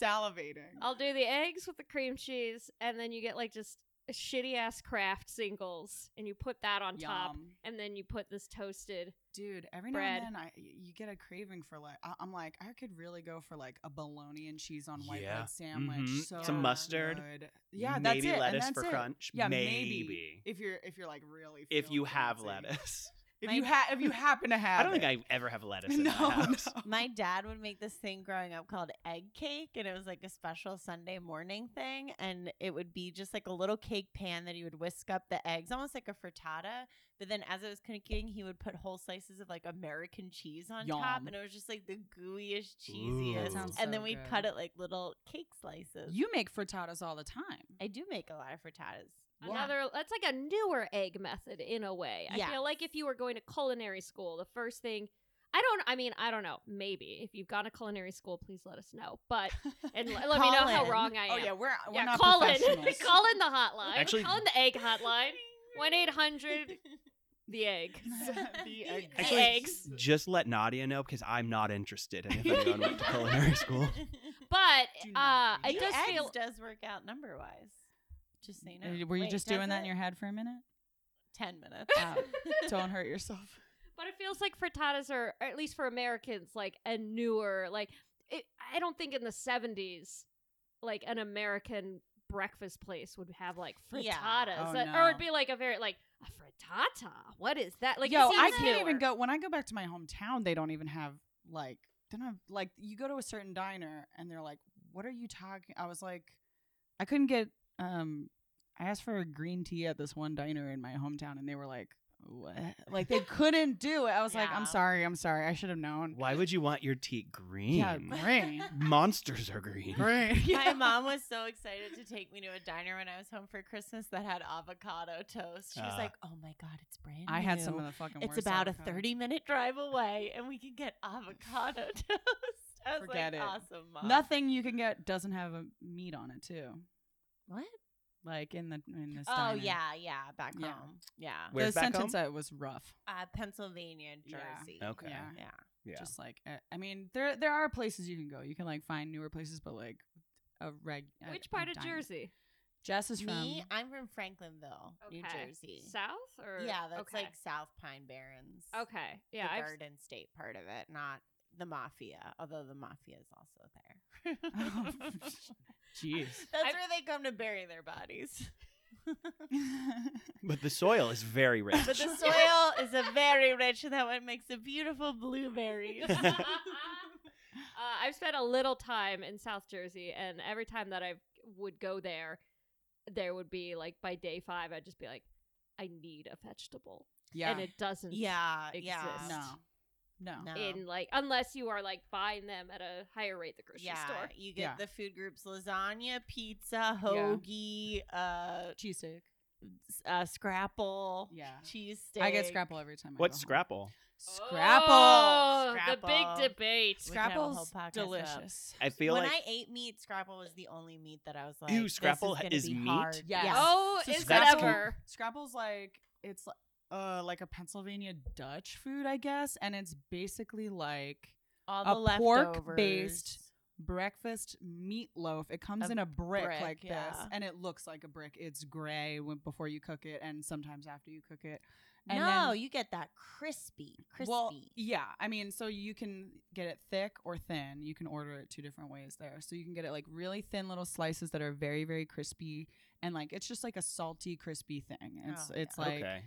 S5: Salivating.
S2: I'll do the eggs with the cream cheese, and then you get like just shitty ass craft singles, and you put that on top,
S5: Yum.
S2: and then you put this toasted.
S5: Dude, every
S2: bread.
S5: now and then I, y- you get a craving for like, I, am like, I could really go for like a bologna and cheese on white
S3: Yeah.
S5: bread sandwich.
S3: Mhm.
S5: So
S6: Some
S3: mustard.
S5: good. Yeah, that's
S3: Maybe
S5: it. and
S3: lettuce
S5: that's
S3: for
S5: it.
S3: crunch.
S5: Yeah,
S3: Maybe.
S5: If you're if you're like really
S3: if
S5: feeling
S3: you have
S5: fancy.
S3: lettuce.
S5: If
S6: My-
S5: you ha- if you happen to have
S3: I don't
S5: it.
S3: think I ever have lettuce in
S5: no,
S3: my house.
S5: no.
S6: My dad would make this thing growing up called egg cake, and it was like a special Sunday morning thing. And it would be just like a little cake pan that he would whisk up the eggs, almost like a frittata. But then as it was cooking, he would put whole slices of like American cheese on top,
S5: Yum.
S6: and it was just like the gooeyest,
S3: Ooh. That
S6: cheesiest.
S3: sounds
S6: and
S5: so
S6: then we'd
S5: good.
S6: cut it like little cake slices.
S5: You make frittatas all the time.
S6: I do make a lot of frittatas.
S5: Wow.
S2: Another that's like a newer egg method in a way. I
S6: Yes.
S2: feel like if you were going to culinary school, the first thing I don't I mean, I don't know. Maybe if you've gone to culinary school, please let us know. But and l- let me know
S6: Call
S2: how
S6: in.
S2: wrong I am.
S5: oh yeah, we're, we're
S2: Yeah,
S5: not
S2: call in.
S5: professionals.
S2: call in the hotline.
S3: Actually-
S2: call in the egg hotline. 1-800 The egg.
S5: The egg
S2: Actually- eggs.
S3: Just let Nadia know because I'm not interested. And if anyone went to culinary school,
S2: But
S5: Do
S2: uh,
S5: not
S2: it
S5: do
S2: does
S6: eggs
S2: feel
S6: does work out number wise. Just so you know.
S5: Uh, Were you
S6: Wait,
S5: just
S6: does
S5: doing that in
S6: it?
S5: your head for a minute?
S6: ten minutes?
S5: Oh, don't hurt yourself.
S2: But it feels like frittatas are, or at least for Americans, like a newer, like it, I don't think in the '70s, like an American breakfast place would have like frittatas,
S6: Yeah.
S5: Oh,
S2: that-
S5: no.
S2: or it'd be like a very like a frittata. What is that? Like, it
S5: yo, I
S2: seems
S5: can't
S2: newer.
S5: even go. When I go back to my hometown, they don't even have like they don't have like you go to a certain diner and they're like, "What are you talking?" I was like, I couldn't get. um I asked for a green tea at this one diner in my hometown, and they were like, "What?" Like they couldn't do it. I was like,
S6: Yeah.
S5: "I'm sorry, I'm sorry. I should have known."
S3: why would you want your tea green?
S5: Yeah, green,
S3: Monsters are green.
S5: green.
S6: My mom was so excited to take me to a diner when I was home for Christmas that had avocado toast. She was
S3: Uh.
S6: like, "Oh my god, it's brand
S5: I
S6: new."
S5: had some of the fucking.
S6: It's
S5: worst
S6: about
S5: avocado.
S6: a thirty-minute drive away, and we can get avocado toast. I was
S5: Forget it.
S6: like, "Awesome, mom."
S5: Nothing you can get doesn't have a meat on it too.
S6: What?
S5: Like in the in this.
S6: Oh
S5: diner.
S6: yeah, yeah. Back
S5: Yeah.
S6: home. Yeah.
S3: Where's
S5: the
S3: back
S5: sentence
S3: home?
S5: I was rough.
S6: Uh, Pennsylvania,
S5: Yeah.
S6: Jersey.
S3: Okay.
S5: Yeah.
S6: Yeah.
S3: Yeah.
S5: Just like uh, I mean, there there are places you can go. You can like find newer places, but like a reg. a-
S2: Which
S5: a
S2: part of
S5: diner.
S2: Jersey?
S5: Jess is from.
S6: Me, I'm from Franklinville, New
S2: Okay.
S6: Jersey.
S2: South or
S6: yeah, that's
S2: okay.
S6: like South Pine Barrens.
S2: okay, yeah,
S6: the
S2: I've,
S6: Garden State part of it, not the Mafia. Although the Mafia is also there.
S5: Jeez.
S6: That's
S2: I've-
S6: where they come to bury their bodies.
S3: But the soil is very rich.
S6: But the soil is a very rich, and that one makes a beautiful blueberries.
S2: uh, I've spent a little time in South Jersey, and every time that I would go there, there would be like by day five, I'd just be like, I need a vegetable,
S5: yeah.
S2: and it doesn't.
S6: yeah,
S2: Exists.
S5: no. No.
S6: No.
S2: In like, unless you are like buying them at a higher rate at the grocery
S6: yeah,
S2: store.
S6: you get
S5: Yeah.
S6: the food groups: lasagna, pizza, hoagie, uh,
S5: Cheesesteak.
S6: s- uh, scrapple,
S5: Yeah.
S6: cheesesteak.
S5: I get scrapple every time. I
S3: What's
S5: go home.
S3: scrapple?
S5: Scrapple.
S2: Oh, the
S6: Scrapple.
S2: big debate.
S6: We could have a whole
S5: Scrapple's
S6: podcast about-
S5: delicious.
S3: I feel
S6: when
S3: like
S6: I ate meat, Scrapple was the only meat that I was like,
S3: Ew,
S6: this
S3: Scrapple
S6: is, gonna
S3: is
S6: be
S3: meat?
S6: Hard.
S5: Yes.
S6: Yeah.
S2: Oh,
S5: So
S2: is it
S3: Scrapple-
S2: ever?
S5: Scrapple's like it's li- uh like a Pennsylvania Dutch food, I guess, and it's basically like
S6: all
S5: a
S6: the
S5: pork-based
S6: leftovers.
S5: breakfast meatloaf. It comes
S6: A
S5: in a brick,
S6: brick,
S5: like this,
S6: yeah.
S5: and it looks like a brick. It's gray when, before you cook it, and sometimes after you cook it. And
S6: no,
S5: then-
S6: you get that crispy, crispy.
S5: Well, yeah. I mean, so you can get it thick or thin. You can order it two different ways there. So you can get it like really thin little slices that are very, very crispy, and like it's just like a salty, crispy thing. It's
S6: Oh,
S5: it's
S6: yeah.
S5: like
S3: okay.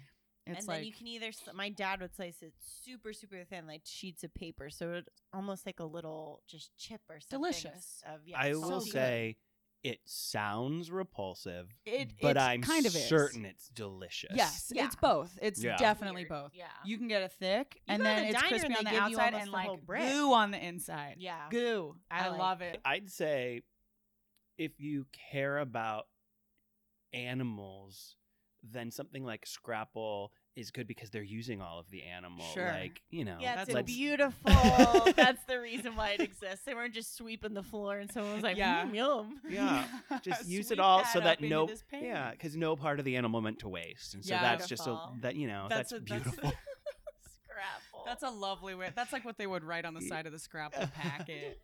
S5: it's
S6: and
S5: like
S6: then you can either. s- My dad would slice it super, super thin, like sheets of paper, so it's almost like a little just chip or something.
S5: Delicious.
S6: Of, yeah,
S3: I
S5: so
S3: will
S5: good.
S6: salty.
S3: say it sounds repulsive,
S5: it,
S3: but
S5: it's
S3: I'm
S5: kind of is.
S3: certain it's delicious.
S5: Yes,
S6: Yeah.
S5: it's both. It's
S3: Yeah.
S5: definitely
S6: Weird.
S5: both.
S6: Yeah.
S5: You can get it thick,
S6: You
S5: and
S6: go to
S5: then
S6: the
S5: it's
S6: diner and
S5: crispy
S6: they
S5: on the
S6: give you
S5: outside
S6: almost
S5: and
S6: the whole
S5: like
S6: brick.
S5: goo on the inside.
S6: yeah.
S5: Goo.
S6: I
S5: I,
S6: like
S5: love it.
S3: I'd say if you care about animals, than something like Scrapple is good because they're using all of the animal,
S5: Sure.
S3: like you know.
S6: yeah, it's
S5: that's
S6: a
S5: like-
S6: beautiful. that's the reason why it exists. They weren't just sweeping the floor, and someone was like,
S5: Yeah.
S6: "Mm, yum."
S3: Yeah, just use it
S5: Sweep
S3: all so
S5: up
S3: that
S5: into
S3: no,
S5: this pan.
S3: yeah, because no part of the animal went to waste, and so
S5: Yeah.
S3: that's just a
S6: Beautiful.
S3: that you know that's,
S6: what-
S3: beautiful.
S6: Scrapple.
S5: That's a lovely way. That's like what they would write on the side of the Scrapple packet.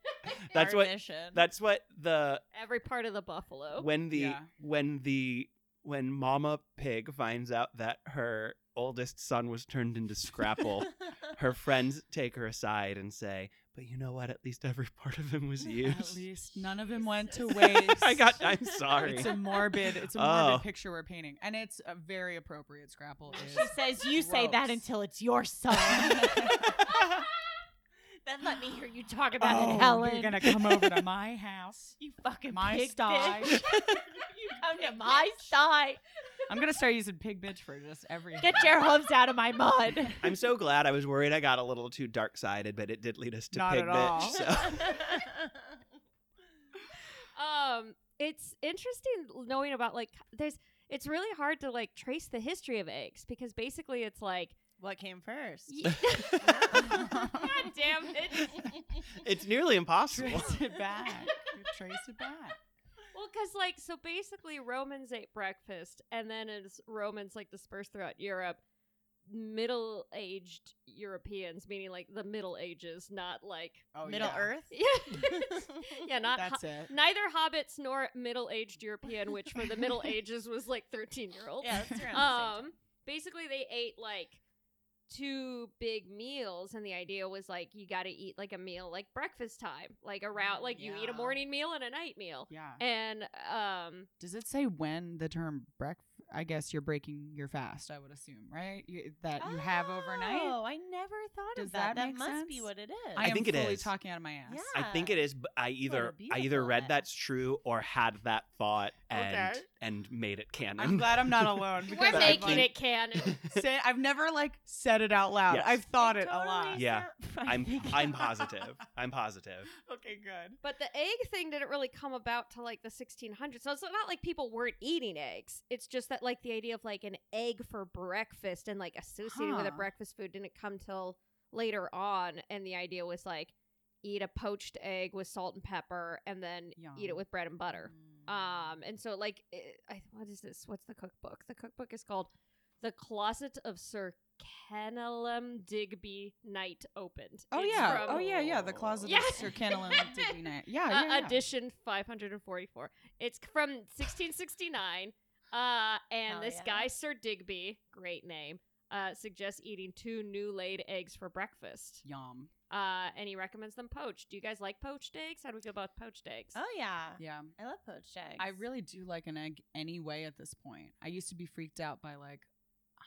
S3: That's what-
S6: Garnition.
S3: That's what the
S2: Every part of the buffalo.
S3: when the
S5: Oh, Yeah.
S3: when the when Mama Pig finds out that her oldest son was turned into Scrapple, her friends take her aside and say, "But you know what? At least every part of him was
S5: At
S3: used."
S5: least none of them went to
S6: Jesus.
S5: waste.
S3: I got. I'm sorry.
S5: It's a morbid. It's a morbid
S3: Oh.
S5: picture we're painting, and it's a very appropriate Scrapple. Is.
S6: She says, "You say that
S5: gross.
S6: until it's your son." then let me hear you talk about
S5: oh,
S6: it, Helen.
S5: You're gonna come over to my house.
S6: You fucking
S5: My
S6: pig
S5: sty.
S6: bitch. you come to my sty.
S5: I'm gonna start using pig bitch for just every.
S6: Get your hooves out of my mud.
S3: I'm so glad. I was worried I got a little too dark sided, but it did lead us to
S5: Not
S3: pig
S5: at
S3: bitch.
S5: all.
S3: So
S2: um it's interesting knowing about like there's it's really hard to like trace the history of eggs because basically it's like
S6: what came first?
S2: y- God damn it.
S3: it's nearly impossible.
S5: trace it back. Trace it back.
S2: Well, because like so basically Romans ate breakfast, and then as Romans like dispersed throughout Europe, middle-aged Europeans, meaning like the Middle Ages, not like
S5: Oh,
S6: Middle
S5: yeah.
S6: Earth.
S2: yeah, not ho-
S5: That's it.
S2: neither hobbits nor middle-aged European, which for the Middle Ages was like thirteen-year-olds.
S6: Yeah, that's around the same
S2: Um, basically they ate like two big meals and the idea was like you got to eat like a meal like breakfast time like around like you eat a
S5: Yeah.
S2: morning meal and a night meal
S5: Yeah.
S2: and um
S5: Does it say when the term breakfast? I guess you're breaking your fast. I would assume, right? You, that you have overnight.
S6: Oh, I never thought
S5: Does
S6: of that.
S5: that
S6: That
S5: make
S6: must be
S5: sense?
S6: what it is.
S5: I, am
S3: think it
S5: fully
S3: is.
S5: talking out of my ass.
S6: Yeah.
S3: I think it is. But I either I either
S6: beautiful
S3: read
S6: way.
S3: that's true or had that thought and
S5: Okay.
S3: and made it canon.
S5: I'm glad I'm not alone. because
S2: we're
S5: I've,
S2: making
S5: like,
S2: it canon
S5: Say, I've never like said it out loud.
S3: Yes.
S5: I've thought it,
S6: It
S5: a lot.
S6: totally
S3: Yeah.
S6: sound- I
S3: I'm
S6: think-
S3: I'm positive. I'm positive.
S5: Okay, good.
S2: but the egg thing didn't really come about till like the 1600s so it's not like people weren't eating eggs it's just that like the idea of like an egg for breakfast and like associating with a
S5: Huh.
S2: breakfast food didn't come till later on and the idea was like eat a poached egg with salt and pepper and then eat it
S5: Yum. Mm.
S2: with bread and butter
S6: Mm.
S2: Um, and so like, it, I, what is this? What's the cookbook? The cookbook is called "The Closet of Sir Kenelm Digby Knight Opened."
S5: Oh
S2: It's
S5: yeah.
S2: from,
S5: Oh yeah. Yeah. The closet
S2: Yeah.
S5: of Sir Kenelm Digby Knight. Yeah.
S2: uh,
S5: yeah, yeah.
S2: edition 544. It's c- from 1669. Uh, and
S6: Hell
S2: this
S6: yeah.
S2: guy Sir Digby, great name, uh, suggests eating two new laid eggs for breakfast.
S5: Yum.
S2: Uh, and he recommends them poached. Do you guys like poached eggs? How do we feel about poached eggs?
S6: Oh yeah.
S5: Yeah.
S6: I love poached eggs.
S5: I really do like an egg anyway at this point. I used to be freaked out by like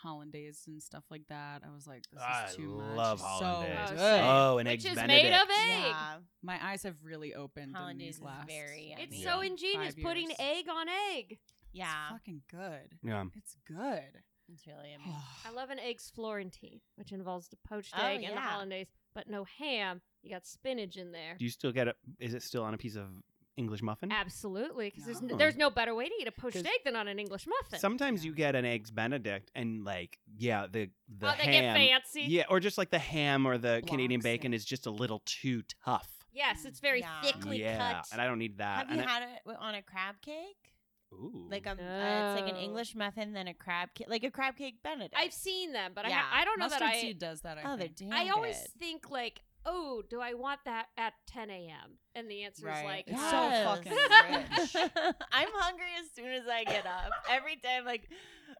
S5: hollandaise and stuff like that. I was like, this is
S3: I
S5: too much.
S3: love
S5: It's so
S3: hollandaise.
S5: good.
S2: Oh,
S3: Oh, an
S2: Which
S3: eggs
S2: is
S3: Benedict.
S2: made of egg.
S6: Yeah.
S5: My eyes have really opened in
S6: Hollandaise
S5: these
S6: is
S5: last.
S6: very yummy.
S2: It's
S3: Yeah.
S2: so ingenious
S5: Five
S2: putting
S5: years.
S2: egg on egg.
S6: Yeah.
S5: It's fucking good.
S3: yeah.
S5: It's good.
S6: It's really amazing.
S2: I love an egg's Florentine, which involves the poached
S6: Oh,
S2: egg and the
S6: yeah.
S2: hollandaise, but no ham. You got spinach in there.
S3: Do you still get it? Is it still on a piece of English muffin?
S2: Absolutely, because there's,
S3: No.
S2: n- there's no better way to eat a poached
S3: 'Cause
S2: egg than on an English muffin.
S3: Sometimes
S5: Yeah.
S3: you get an eggs Benedict, and like, yeah, the the
S2: oh, they
S3: ham,
S2: get fancy.
S3: yeah, or just like the ham or the Canadian
S5: Blocks it.
S3: bacon is just a little too tough.
S2: Yes, it's very
S6: Yeah.
S2: thickly
S3: yeah,
S2: cut.
S3: and I don't need that.
S6: Have
S3: and
S6: you
S3: I-
S6: had it wi- on a crab cake?
S3: ooh,
S6: Like um, uh, it's like an
S2: No.
S6: English muffin, then a crab cake, like a crab cake Benedict.
S2: I've seen them, but I, ha-
S6: Yeah.
S2: I don't know
S5: Mustard
S2: that I.
S5: seed does that. I
S6: oh, they're
S5: think.
S6: damn
S2: I always
S6: good.
S2: think like, oh, do I want that at 10 a.m.? And the answer is
S5: Right.
S2: like,
S5: It's
S2: "Uh,
S5: so
S6: Yes.
S5: fucking
S6: I'm hungry as soon as I get up. Every day I'm like,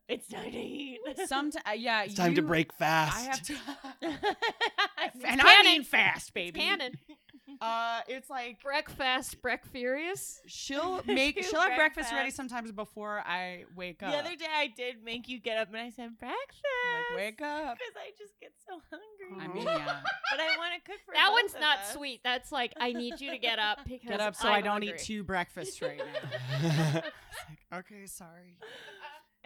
S6: it's time to eat.
S5: Sometimes, uh, yeah.
S3: it's time to
S5: you-
S3: break fast.
S5: I have to.
S6: and
S5: and I
S2: canon.
S5: mean fast, baby.
S2: canon.
S5: Uh, it's like
S2: Breakfast, break furious.
S5: she'll make
S6: You
S5: she'll have
S6: break
S5: breakfast ready
S6: fast.
S5: sometimes before I wake
S6: the
S5: up.
S6: other day I did make you get up and I said breakfast.
S5: I'm like wake up.
S6: Because I just get so hungry.
S5: I mean, yeah.
S6: but I want to cook for
S2: that
S6: both
S2: one's
S6: of
S2: not
S6: us.
S2: sweet. That's like I need you to get up because
S5: Get up so
S2: I'm
S5: I don't
S2: hungry.
S5: eat two breakfasts right now. It's like, okay, sorry.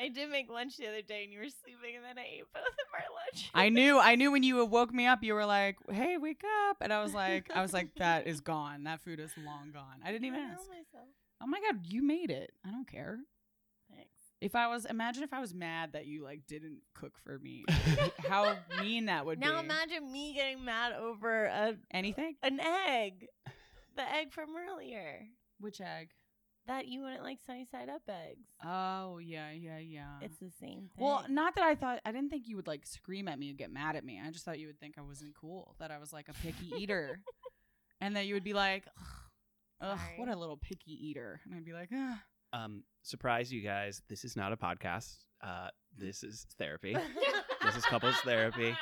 S6: I did make lunch the other day and you were sleeping and then I ate both of our lunch.
S5: I knew, I knew when you woke me up, you were like, "Hey, wake up!" And I was like, "I was like, that is gone. That food is long gone. I didn't even
S6: I know
S5: ask."
S6: myself.
S5: Oh my god, you made it. I don't care.
S6: Thanks.
S5: If I was imagine if I was mad that you like didn't cook for me, how mean that would
S6: now
S5: be.
S6: imagine me getting mad over a,
S5: Anything?
S6: an egg, the egg from earlier
S5: Which egg?
S6: that you wouldn't like sunny side up eggs.
S5: Oh yeah, yeah, yeah.
S6: It's the same thing.
S5: well, not that I thought I didn't think you would like scream at me and get mad at me. I just thought you would think I wasn't cool, that I was like a picky eater, and that you would be like, "Ugh,
S6: Sorry.
S5: what a little picky eater," and I'd be like, Ugh.
S3: Um, surprise you guys. This is not a podcast. Uh, this is therapy, This is couples therapy.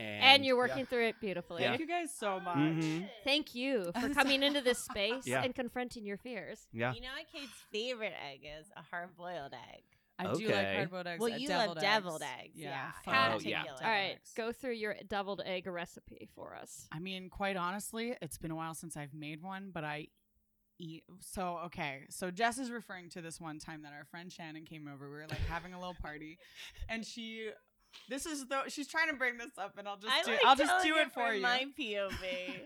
S3: and,
S2: and you're working through it beautifully.
S3: Yeah.
S5: "Thank you guys so
S6: Mm-hmm.
S5: much."
S3: Mhm.
S2: Thank you for
S5: I'm
S2: coming
S5: sorry.
S2: into this space
S3: Yeah.
S2: and confronting your fears.
S3: Yeah.
S6: you know what Kate's favorite egg is? A hard boiled egg.
S5: I do like
S3: Okay.
S5: hard boiled eggs.
S6: Well,
S5: uh,
S6: you love
S5: deviled
S6: deviled
S5: eggs.
S6: eggs,
S5: Yeah,
S6: yeah.
S5: fuck
S3: How
S5: yeah.
S3: to- yeah.
S5: deviled
S2: All right,
S5: eggs.
S2: go through your deviled egg recipe for us.
S5: I mean, quite honestly, it's been a while since I've made one, but I eat. So, okay. So, Jess is referring to this one time that our friend Shannon came over. We were like having a little party, and she. This is though she's trying to bring this up, and I'll just
S6: I
S5: do,
S6: like
S5: I'll just
S6: telling
S5: do it for
S6: from
S5: you.
S6: My POV.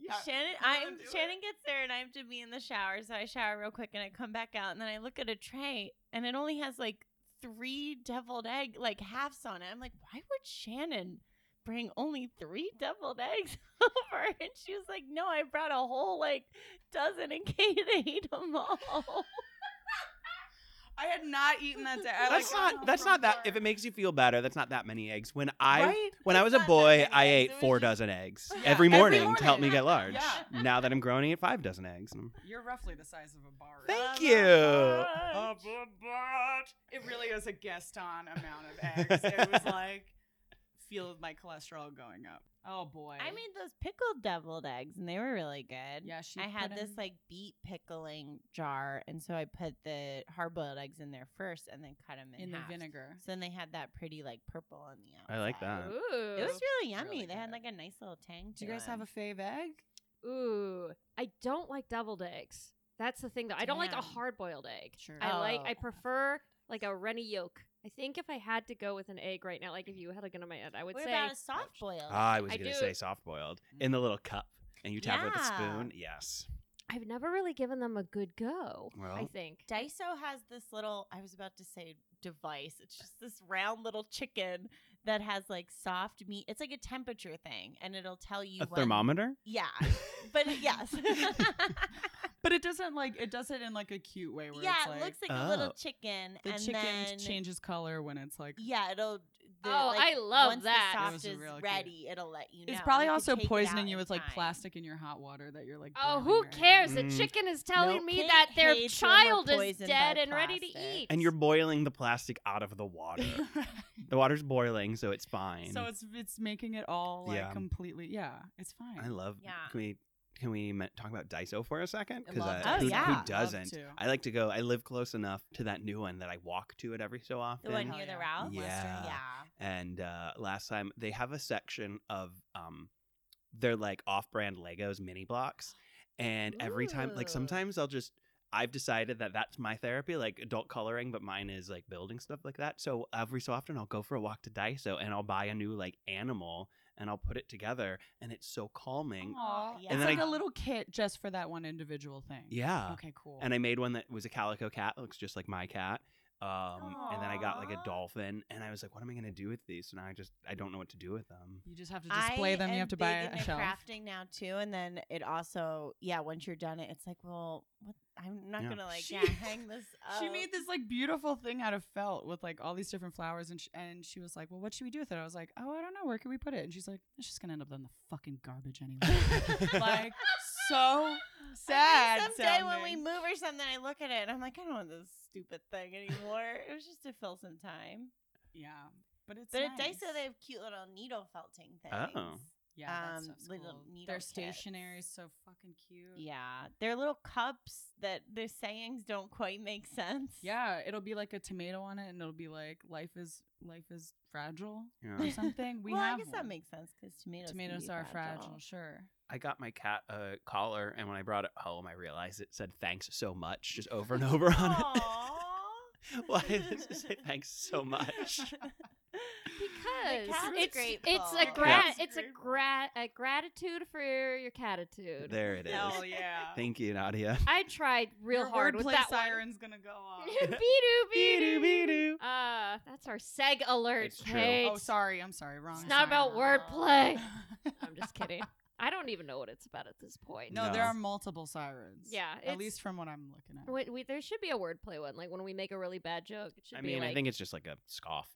S5: Yeah.
S6: Shannon,
S5: wanna
S6: I'm
S5: do it?
S6: Shannon gets there and I have to be in the shower, so I shower real quick and I come back out and then I look at a tray and it only has like three deviled egg like halves on it. I'm like, why would Shannon bring only three deviled eggs over? And she was like, no, I brought a whole like dozen and Kate ate them all.
S5: I had not eaten that day. I
S3: That's
S5: like,
S2: "Oh,
S3: not. That's not that. If it makes you feel better, that's not that many eggs. When I
S5: right?
S3: when I
S6: It's
S3: was a
S6: not that
S3: boy,
S6: many
S3: I
S6: eggs.
S3: ate
S6: It was
S3: four
S6: just-
S3: down dozen eggs
S5: Yeah,
S3: every
S5: every
S3: morning to help me
S5: morning.
S3: get large.
S5: Yeah.
S3: Now that I'm grown, I eat five dozen eggs. And I'm-
S5: You're roughly the size of a bar.
S3: Thank
S6: Oh my
S3: you.
S6: gosh.
S5: It really is a Gaston amount of eggs. it was like feel my cholesterol going up. Oh boy.
S6: I made those pickled deviled eggs and they were really good.
S5: yeah, she
S6: I had
S5: put
S6: this
S5: in-
S6: like beet pickling jar, and so I put the hard boiled eggs in there first, and then cut them in,
S5: in the
S6: halves.
S5: vinegar.
S6: So then they had that pretty like purple on the outside.
S3: I like that.
S2: Ooh.
S6: It was really yummy.
S5: Really
S6: they had
S5: good.
S6: like a nice little tang.
S5: Do
S6: to
S5: you guys have a
S6: 'em.
S5: fave egg?
S2: Ooh, I don't like deviled eggs. That's the thing, though. I don't like a
S5: Damn.
S2: hard-boiled egg.
S5: Sure.
S2: I like. I
S6: Oh.
S2: prefer like a runny yolk. I think if I had to go with an egg right now, like if you had a gun in my head, I would
S6: What
S2: say
S6: about a soft boiled?
S3: Ah, I was
S2: I
S3: gonna
S2: do-
S3: say soft boiled in the little cup, and you tap it with a
S6: Yeah.
S3: spoon. Yes.
S2: I've never really given them a good go. I
S3: Well.
S2: think.
S6: Daiso has this little. I was about to say device. It's just this round little chicken that has like soft meat. It's like a temperature thing, and it'll tell you
S3: a
S6: when-
S3: thermometer.
S6: Yeah, but it- yes.
S5: But it doesn't like it does it in like a cute way where
S6: yeah,
S5: it's
S6: it
S5: like
S6: looks like a little
S3: Oh.
S6: chicken.
S5: the
S6: and
S5: chicken
S6: then,
S5: changes color when it's like
S6: Yeah, it'll. The,
S2: Oh,
S6: like,
S2: I love
S6: once
S2: that.
S6: The
S5: That
S6: soft
S5: was a
S6: is
S5: real cute-
S6: ready. It'll let you know.
S5: it's probably
S6: You could
S5: also
S6: take it out
S5: poisoning
S6: in
S5: you with like
S6: time.
S5: plastic in your hot water that you're like
S2: Oh,
S5: boiling
S2: who
S5: right now.
S2: cares?
S3: Mm.
S2: The chicken is telling
S6: No,
S2: me
S6: Kate
S2: that their
S6: hates when we're
S2: child is
S6: poisoned by
S2: dead and ready to
S6: plastic.
S2: eat.
S3: And you're boiling the plastic out of the water. the water's boiling, so it's fine.
S5: so it's it's making it all like
S3: Yeah.
S5: completely yeah, it's fine.
S3: I love.
S6: Yeah.
S3: Can we can we me- talk about Daiso for a second?
S5: I love
S3: uh,
S6: Daiso.
S3: who,
S6: Oh, yeah.
S3: who
S6: Love
S3: doesn't?
S5: to.
S3: I like to go. I live close enough to that new one that I walk to it every so
S6: The
S3: often.
S6: one
S5: Hell
S6: near the
S5: yeah.
S6: Ralph.
S3: Yeah.
S6: yeah.
S3: and uh, last time they have a section of um, they're like off-brand Legos mini blocks, and every time, like
S6: Ooh.
S3: sometimes I'll just I've decided that that's my therapy, like adult coloring, but mine is like building stuff like that. So every so often I'll go for a walk to Daiso and I'll buy a new like animal and I'll put it together, and it's so calming.
S5: Aw,
S6: Yeah.
S5: It's
S3: And then
S5: like
S3: I-
S5: a little kit just for that one individual thing.
S3: Yeah.
S5: Okay, cool.
S3: and I made one that was a calico cat, looks just like my cat. Um, and then I got like a
S6: Aw.
S3: dolphin, and I was like, "What am I gonna do with these?" And I just I don't know what to do with them.
S5: you just have to display
S6: I
S5: them. You
S6: am
S5: have to buy
S6: big
S5: a
S6: into
S5: shelf.
S6: crafting now too, and then it also yeah. Once you're done it, it's like well, what? I'm not
S3: Yeah.
S6: gonna like
S5: She-
S6: yeah, hang this. up.
S5: She made this like beautiful thing out of felt with like all these different flowers, and sh- and she was like, "Well, what should we do with it?" I was like, "Oh, I don't know. Where can we put it?" And she's like, "It's just gonna end up in the fucking garbage anyway." like so
S6: I
S5: sad.
S6: think someday when we
S5: sounding.
S6: move or something, I look at it and I'm like, I don't want this stupid thing anymore. it was just to fill some time.
S5: yeah, but it's
S6: But
S5: nice.
S6: at Daiso, they have cute little needle felting things.
S3: Oh.
S5: yeah,
S6: um,
S5: that stuff's
S6: little
S5: cool.
S6: needle
S5: Their
S6: kits.
S5: stationery is so fucking cute.
S6: Yeah, they're little cups that their sayings don't quite make sense.
S5: Yeah, it'll be like a tomato on it, and it'll be like life is life is fragile
S3: Yeah.
S5: or something. We
S6: well,
S5: have
S6: I guess that
S5: one.
S6: makes sense because tomatoes can
S5: tomatoes
S6: be
S5: are fragile. Sure.
S3: I got my cat a collar, and when I brought it home, I realized it said "thanks so much" just over and over on
S6: Aw.
S3: it. Why does it say "thanks so much"?
S2: because
S6: cat's
S2: it's
S6: grateful.
S2: it's
S6: The
S2: a
S6: cat's
S2: grat it's a
S4: grateful.
S2: grat a gratitude for your catitude.
S1: There it is.
S5: Hell yeah.
S3: Thank you, Nadia.
S2: I tried real
S5: Your
S2: hard with
S5: wordplay
S2: that one.
S5: siren's gonna go off.
S2: Be-doo, be-doo. Uh, that's our seg alert.
S1: It's true.
S2: Kate.
S5: oh, sorry. I'm sorry. Wrong.
S2: It's not about
S5: siren.
S2: wordplay. I'm just kidding. I don't even know what it's about at this point.
S5: no,
S3: No.
S5: there are multiple sirens.
S2: Yeah,
S5: At
S2: it's-
S5: least from what I'm looking at.
S2: We, we, there should be a wordplay one, like when we make a really bad joke. It should
S3: I
S2: be
S3: mean,
S2: like,
S3: I think it's just like a scoff.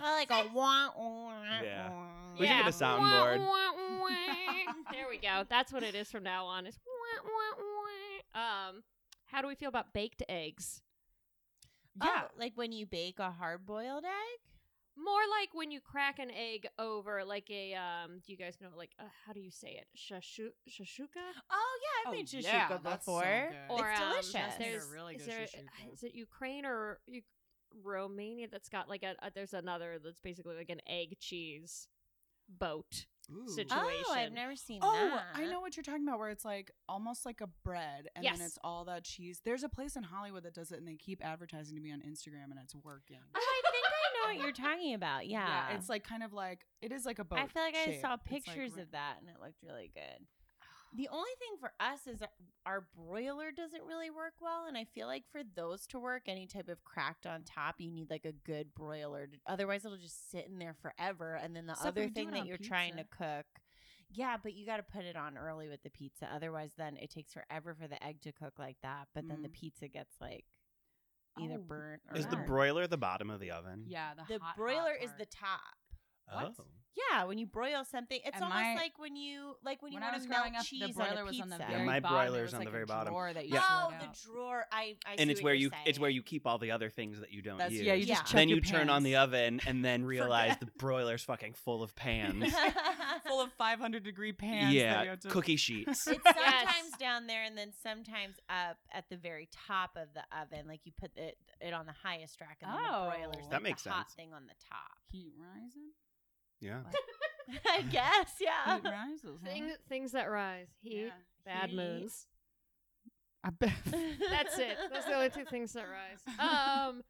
S6: I like a wah, wah,
S3: Yeah.
S6: wah.
S3: We should get a
S2: Wah,
S3: soundboard.
S2: wah, wah. there we go. That's what it is from now on. Is wah, wah, wah. um, how do we feel about baked eggs?
S5: Yeah.
S6: Oh, like when you bake a hard boiled egg?
S2: More like when you crack an egg over, like a um. Do you guys know like uh, how do you say it? Shashu- shashuka.
S6: Oh, yeah. I've
S5: Oh,
S6: made shashuka
S5: yeah, that's so
S6: before.
S5: good.
S2: Or,
S6: Uh, it's
S2: um,
S6: delicious. Oh,
S5: That's made a
S2: There's
S5: really
S2: is
S5: good
S2: there-
S5: shashuka.
S2: is it Ukraine or U- Romania that's got like a, a there's another that's basically like an egg cheese boat. Situ-
S6: oh, I've
S2: situation.
S6: never seen
S5: Oh,
S6: that.
S5: I know what you're talking about. Where it's like almost like a bread, and
S2: Yes.
S5: then it's all that cheese. There's a place in Hollywood that does it, and they keep advertising to me on Instagram, and it's working.
S6: Oh, I think I know what you're talking about. Yeah.
S5: it's like kind of like it is like a boat.
S6: I feel like I
S5: shape.
S6: saw
S5: It's, like, Oh.
S6: pictures
S5: ra-
S6: of that and it looked really good. The only thing for us is that our broiler doesn't really work well, and I feel like for those to work, any type of cracked on top, you need like a good broiler. to- Otherwise, it'll just sit in there forever. And then the
S5: Except when
S6: other
S5: you do
S6: thing
S5: it
S6: that
S5: on
S6: you're trying to
S5: pizza.
S6: cook, yeah, but you got to put it on early with the pizza. Otherwise, then it takes forever for the egg to cook like that. But then the
S5: Mm.
S6: pizza gets like either
S5: Oh,
S6: burnt or
S3: Is the
S6: hard.
S3: broiler the bottom of the oven?
S5: Yeah, the,
S6: the
S5: hot, hot
S6: broiler is
S5: part.
S6: the top.
S3: Oh.
S6: Yeah, when you broil something, it's
S5: And
S6: almost
S5: my-
S6: like when you like when you
S5: when I
S6: want
S5: was
S6: to melt
S5: growing up,
S6: cheese
S5: the broiler
S6: on a
S5: was
S6: pizza.
S5: on the
S3: Yeah,
S5: very
S3: my
S5: bottom. It
S3: broiler's
S5: was
S3: on
S5: like
S3: the
S5: a
S3: very bottom.
S5: drawer that you
S3: Yeah.
S5: slid
S6: Oh,
S5: out.
S6: the drawer. I, I
S3: And
S6: see
S3: it's
S6: what
S3: where
S6: you're
S3: you it's where
S6: saying.
S3: you keep all the other things that you don't
S5: That's
S3: use.
S5: yeah. You just
S6: Yeah.
S5: check
S3: then
S5: your
S3: you turn on the
S5: pans.
S3: oven and then realize the broiler's fucking full of pans.
S5: full of 500 degree pans. that you
S3: yeah,
S5: have to-
S3: cookie sheets.
S6: It's
S2: Yes.
S6: sometimes down there and then sometimes up at the very top of the oven. Like you put it, it on the highest rack and then
S5: Oh.
S6: the broilers.
S5: That
S6: like,
S3: makes
S6: the hot
S3: sense.
S6: thing on the top.
S5: Heat rising.
S3: yeah.
S6: I guess, yeah.
S5: Heat rises. huh?
S2: Thing, things that rise, heat,
S5: Yeah.
S2: bad
S5: Heat.
S2: moons.
S5: I bet.
S2: That's it. Those are the only two things that rise. Um,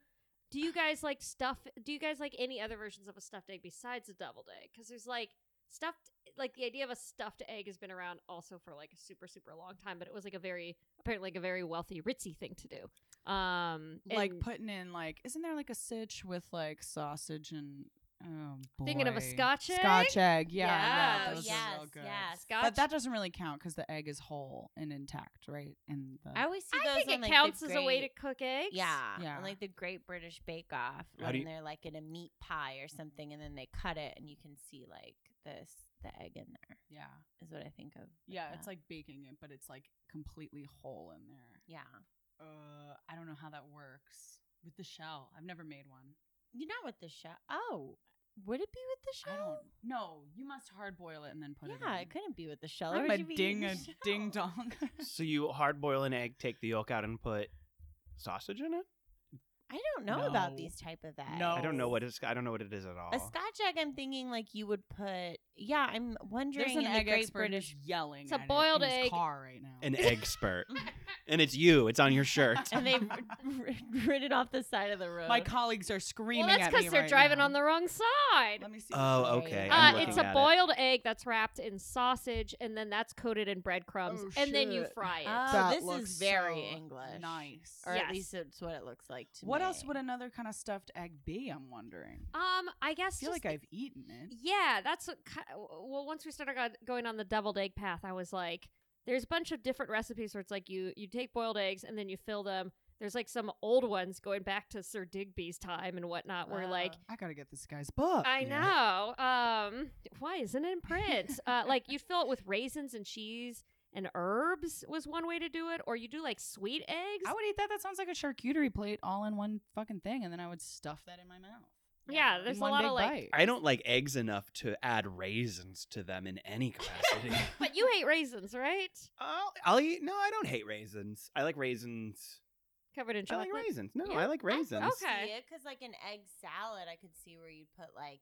S2: do you guys like stuff? Do you guys like any other versions of a stuffed egg besides a deviled egg? Because there's like stuffed, like the idea of a stuffed egg has been around also for like a super super long time, but it was like a very apparently like a very wealthy ritzy thing to do. Um,
S5: like
S2: and
S5: putting in like isn't there like a sitch with like sausage and oh boy.
S2: Thinking of a Scotch egg?
S5: Scotch egg, yeah,
S2: Yeah,
S5: yeah,
S6: Oh,
S5: those are
S6: yes,
S5: real good.
S6: yes.
S2: Scotch-
S5: But that doesn't really count because the egg is whole and intact, right? And the
S6: I always see
S2: I
S6: those
S2: think
S6: on,
S2: it
S6: like, the
S2: counts as a way
S6: great-
S2: to cook eggs.
S6: Yeah,
S5: Yeah.
S6: on, like the Great British Bake Off,
S3: How
S6: when
S3: do you-
S6: they're like in a meat pie or something, and then they cut it, and you can see like this the egg in there.
S5: yeah,
S6: Is what I think of.
S5: yeah, it's
S6: that.
S5: like baking it, but it's like completely whole in there.
S6: Yeah,
S5: Uh, I don't know how that works with the shell. I've never made one.
S6: you know with the shell. Oh, would it be with the
S5: I
S6: shell?
S5: don't. No, you must hard boil it and then put it.
S6: yeah,
S5: in.
S6: it couldn't be with the shell.
S5: I'm
S6: or
S5: a
S6: should we eat
S5: ding
S6: the
S5: a
S6: shell?
S5: ding dong.
S3: So you hard boil an egg, take the yolk out, and put sausage in it.
S6: I don't know about
S5: No.
S6: these type of eggs.
S5: No.
S3: I don't know what it's. I don't know what it is at all.
S6: Oh. A Scotch egg, I'm thinking like you would put. Yeah, I'm wondering.
S5: There's an
S6: in the
S5: egg
S6: Great
S5: expert
S6: British
S5: who's yelling.
S2: It's a
S5: at it
S2: boiled
S5: in his
S2: egg.
S5: Car right now.
S3: An egg spurt, and it's you. It's on your shirt.
S6: and they rid it off the side of the road.
S5: My colleagues are screaming
S2: Well, that's
S5: at me
S2: they're
S5: right
S2: driving
S5: now.
S2: on the wrong side.
S5: Let me see.
S3: Oh,
S6: Sorry.
S3: okay.
S2: Uh,
S3: I'm
S2: it's
S3: looking
S2: a
S3: at it.
S2: boiled egg that's wrapped in sausage, and then that's coated in breadcrumbs,
S5: Oh,
S2: and then you
S5: shit.
S2: fry it.
S6: Oh,
S5: That
S6: this
S5: looks
S6: is very
S5: so
S6: English.
S5: Nice.
S6: or
S2: Yes.
S6: at least it's what it looks like to Uh,
S5: what
S6: me.
S5: else would another kind of stuffed egg be? I'm wondering. I
S2: um, I guess
S5: feel
S2: just
S5: like I've eaten it.
S2: Yeah, that's what ki well. Once we started go- going on the deviled egg path, I was like, "There's a bunch of different recipes where it's like you you take boiled eggs and then you fill them." There's like some old ones going back to Sir Digby's time and whatnot, where like
S5: I gotta get this guy's book.
S2: I
S3: yeah.
S2: know, um, why isn't it in print? uh, like you'd fill it with raisins and cheese and herbs was one way to do it, or you do like sweet eggs.
S5: I would eat that. That sounds like a charcuterie plate all in one fucking thing, and then I would stuff that in my mouth.
S2: Yeah,
S5: in
S2: there's a
S5: one
S2: lot
S5: big
S2: of, like-
S5: bite.
S3: I don't like eggs enough to add raisins to them in any capacity.
S2: but you hate raisins, right?
S3: I'll, I'll eat. No, I don't hate raisins. I like raisins.
S2: Covered in
S3: I
S2: chocolate.
S3: like raisins. No,
S2: Yeah,
S3: I like raisins.
S2: okay.
S6: because like an egg salad, I could see where you'd put like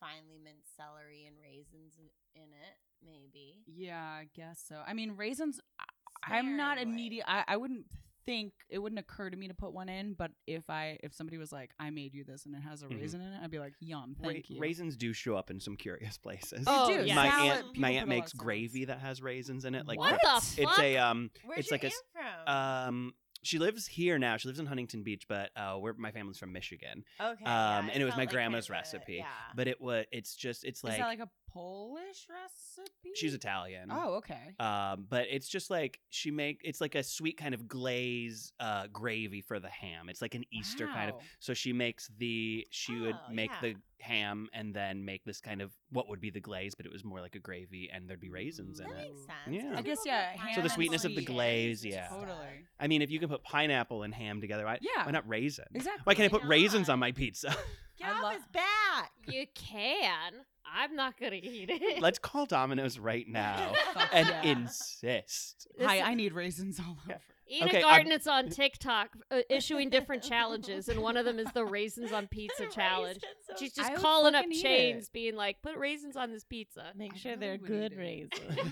S6: finely minced celery and raisins in- in it, maybe.
S5: Yeah, I guess so. I mean, raisins. I- I'm not
S6: Sparingly.
S5: immediate. I, I wouldn't think it wouldn't occur to me to put one in, but if I if somebody was like, I made you this and it has a
S3: Mhm.
S5: raisin in it, I'd be like, Yum,
S3: Ra-
S5: thank you.
S3: raisins do show up in some curious places.
S2: Oh,
S5: They do.
S2: yes.
S3: My
S5: Salad,
S3: aunt,
S5: people
S3: my
S5: put
S3: aunt
S5: a lot
S3: makes
S5: of salad.
S3: gravy that has raisins in it. Like
S2: what
S3: cra-
S2: the
S6: What?
S2: fuck?
S3: it's a um,
S6: Where's
S3: it's
S6: your
S3: like a s-
S6: aunt from?
S3: um. She lives here now. She lives in Huntington Beach, but uh, we're, my family's from Michigan.
S6: okay,
S3: um, and it
S6: it
S3: was
S6: felt
S3: my
S6: like
S3: grandma's
S6: kinda-
S3: recipe.
S6: Yeah.
S3: But it was it's just it's
S5: Is
S3: like,
S5: that like a Polish recipe?
S3: she's Italian.
S5: Oh, okay.
S3: Um, but it's just like she make it's like a sweet kind of glaze uh, gravy for the ham. It's like an Easter kind of
S5: Wow. Ah,
S3: So she makes the she would
S6: Oh,
S3: make
S6: yeah.
S3: the ham and then make this kind of what would be the glaze, but it was more like a gravy and there'd be raisins in
S6: That
S5: Mm.
S3: it.
S6: makes sense.
S3: Yeah.
S6: because
S3: I
S5: guess,
S6: people
S5: yeah,
S6: put
S5: ham
S3: So the
S6: pineapple
S3: sweetness of the
S6: on
S3: glaze,
S6: things and
S3: yeah.
S6: stuff.
S5: Totally.
S3: I mean, if you can put pineapple and ham together, why,
S5: Yeah.
S3: why not raisin?
S5: Exactly.
S3: Why can't I
S6: Why
S3: put raisins
S6: not?
S3: on my pizza?
S6: Get
S5: I
S6: off
S5: love-
S6: his back.
S2: You can. I'm not gonna eat it.
S3: Let's call Domino's right now
S5: Fuck
S3: and
S5: yeah.
S3: insist.
S2: This
S5: Hi,
S2: is-
S5: I need raisins all over.
S2: Eden
S3: Okay, I'm-
S2: Garden is on TikTok uh, issuing different challenges, and one of them is the raisins on pizza
S6: Raisins
S2: challenge.
S6: on-
S2: She's
S5: I
S2: just
S5: would
S2: calling up
S5: fucking eat
S2: chains, being like, "Put raisins on this pizza."
S6: Make
S5: I
S6: sure
S5: really
S6: they're
S5: would
S6: good
S5: eat it.
S6: raisins.
S5: Uh,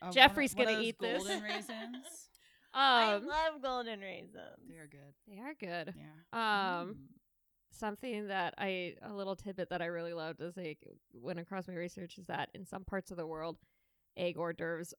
S5: one of-
S2: Jeffrey's
S5: one of
S2: gonna
S5: those
S2: eat this.
S5: Golden raisins.
S6: I
S2: Um,
S6: love golden raisins.
S5: They are good.
S2: they are good.
S5: Yeah.
S2: Um,
S5: Mm.
S2: something that I a little tidbit that I really loved as I went across my research is that in some parts of the world, egg hors d'oeuvres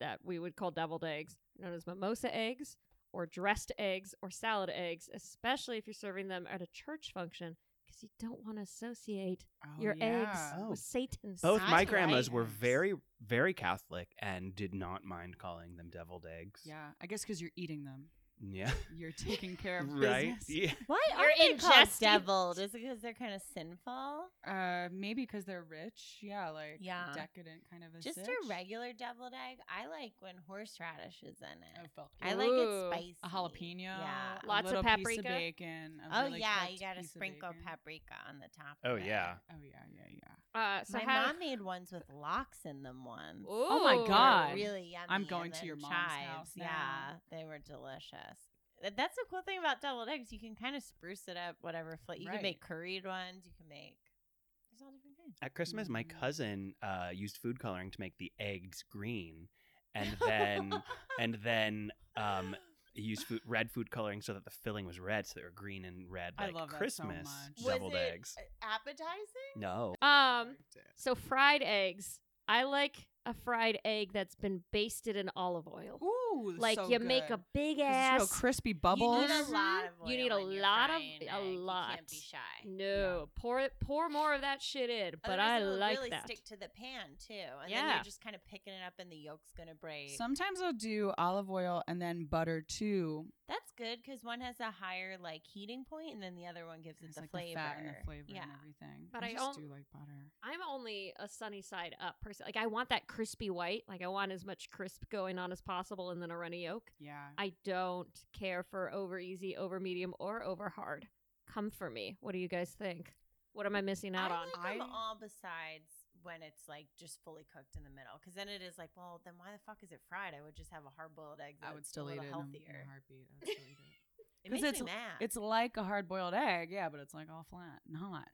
S2: that we would call deviled eggs, known as mimosa eggs or dressed eggs or salad eggs, especially if you're serving them at a church function, because you don't want to associate
S5: Oh,
S2: your
S5: yeah.
S2: eggs
S3: Oh.
S2: with Satan's.
S3: Both
S6: Sounds
S3: my grandmas
S6: right.
S3: were very, very Catholic and did not mind calling them deviled eggs.
S5: Yeah, I guess because you're eating them,
S3: Yeah.
S5: you're taking care of
S3: right?
S5: business.
S3: Yeah.
S6: Why
S2: You're
S6: are they called
S2: ingesting-
S6: deviled? Is it because they're kind of sinful?
S5: Uh, maybe because they're rich. Yeah, like
S6: Yeah.
S5: decadent kind of. A
S6: Just
S5: sitch.
S6: a regular deviled egg. I like when horseradish is in
S5: Oh,
S6: it.
S5: fuck
S6: I
S5: yeah.
S6: like it
S2: Ooh,
S6: spicy.
S5: a jalapeno.
S6: Yeah.
S5: a
S2: Lots of
S5: little Piece
S2: paprika.
S5: of bacon. a
S6: Oh
S5: really
S6: yeah,
S5: cooked
S6: you gotta
S5: piece of
S6: sprinkle
S5: bacon.
S6: paprika on the top.
S3: Oh
S6: of it.
S3: yeah.
S5: Oh yeah, yeah, yeah.
S2: Uh, so
S6: My
S2: how-
S6: mom made ones with locks in them once.
S5: Oh my
S2: Ooh.
S5: God.
S6: really yummy. and
S5: going to
S6: then
S5: your mom's
S6: chives.
S5: house
S6: Yeah,
S5: now.
S6: they were delicious. Th- That's the cool thing about deviled eggs. You can kind of spruce it up, whatever. Fl- you can make curried ones. You can make. There's all different kinds.
S3: At Christmas, my
S5: Mm.
S3: cousin uh, used food coloring to make the eggs green, and then and then um, he used food, red food coloring so that the filling was red, so they were green and red
S5: I
S3: like
S5: love that so
S3: Christmas
S5: much.
S6: Was
S3: deviled
S6: it
S3: eggs.
S6: Appetizing.
S3: No,
S2: Um, so fried eggs. I like a fried egg that's been basted in olive oil.
S5: Ooh,
S2: like
S5: so
S2: you make a
S5: good.
S2: big
S5: It's just real
S2: ass
S5: crispy bubbles.
S6: You need a lot of.
S2: You need
S6: oil
S2: a
S6: when you're
S2: lot of-
S6: frying
S2: a
S6: egg. You
S2: lot.
S6: can't be shy.
S2: No, pour it, pour more of that shit in. But
S6: Otherwise
S2: I
S6: it'll
S2: like
S6: really
S2: that.
S6: stick to the pan too, and then
S2: Yeah.
S6: you're just kind of picking it up, and the yolk's gonna break.
S5: Sometimes I'll do olive oil and then butter too.
S6: That's good because one has a higher like heating point, and then the other one gives it
S5: It's
S6: the
S5: like
S6: flavor.
S5: the fat and the flavor
S6: Yeah.
S5: and everything.
S2: But
S5: I,
S2: I
S5: just
S2: al-
S5: do like butter.
S2: I'm only a sunny side up person. Like I want that crispy white. Like I want as much crisp going on as possible, and then a runny yolk.
S5: Yeah.
S2: I don't care for over easy, over medium, or over hard. Come for me. What do you guys think? What am I missing out
S6: I
S2: on?
S6: like 'em
S5: I-
S6: all besides when it's like just fully cooked in the middle, because then it is like, well, then why the fuck is it fried? I would just have a hard boiled egg.
S5: I
S6: that's
S5: would still
S6: a
S5: eat it
S6: little
S5: in a- in
S6: healthier.
S5: a heartbeat. I would still eat it.
S6: It
S5: 'Cause
S6: makes
S5: it's-
S6: me mad.
S5: It's like a hard boiled egg, yeah, but it's like all flat and hot.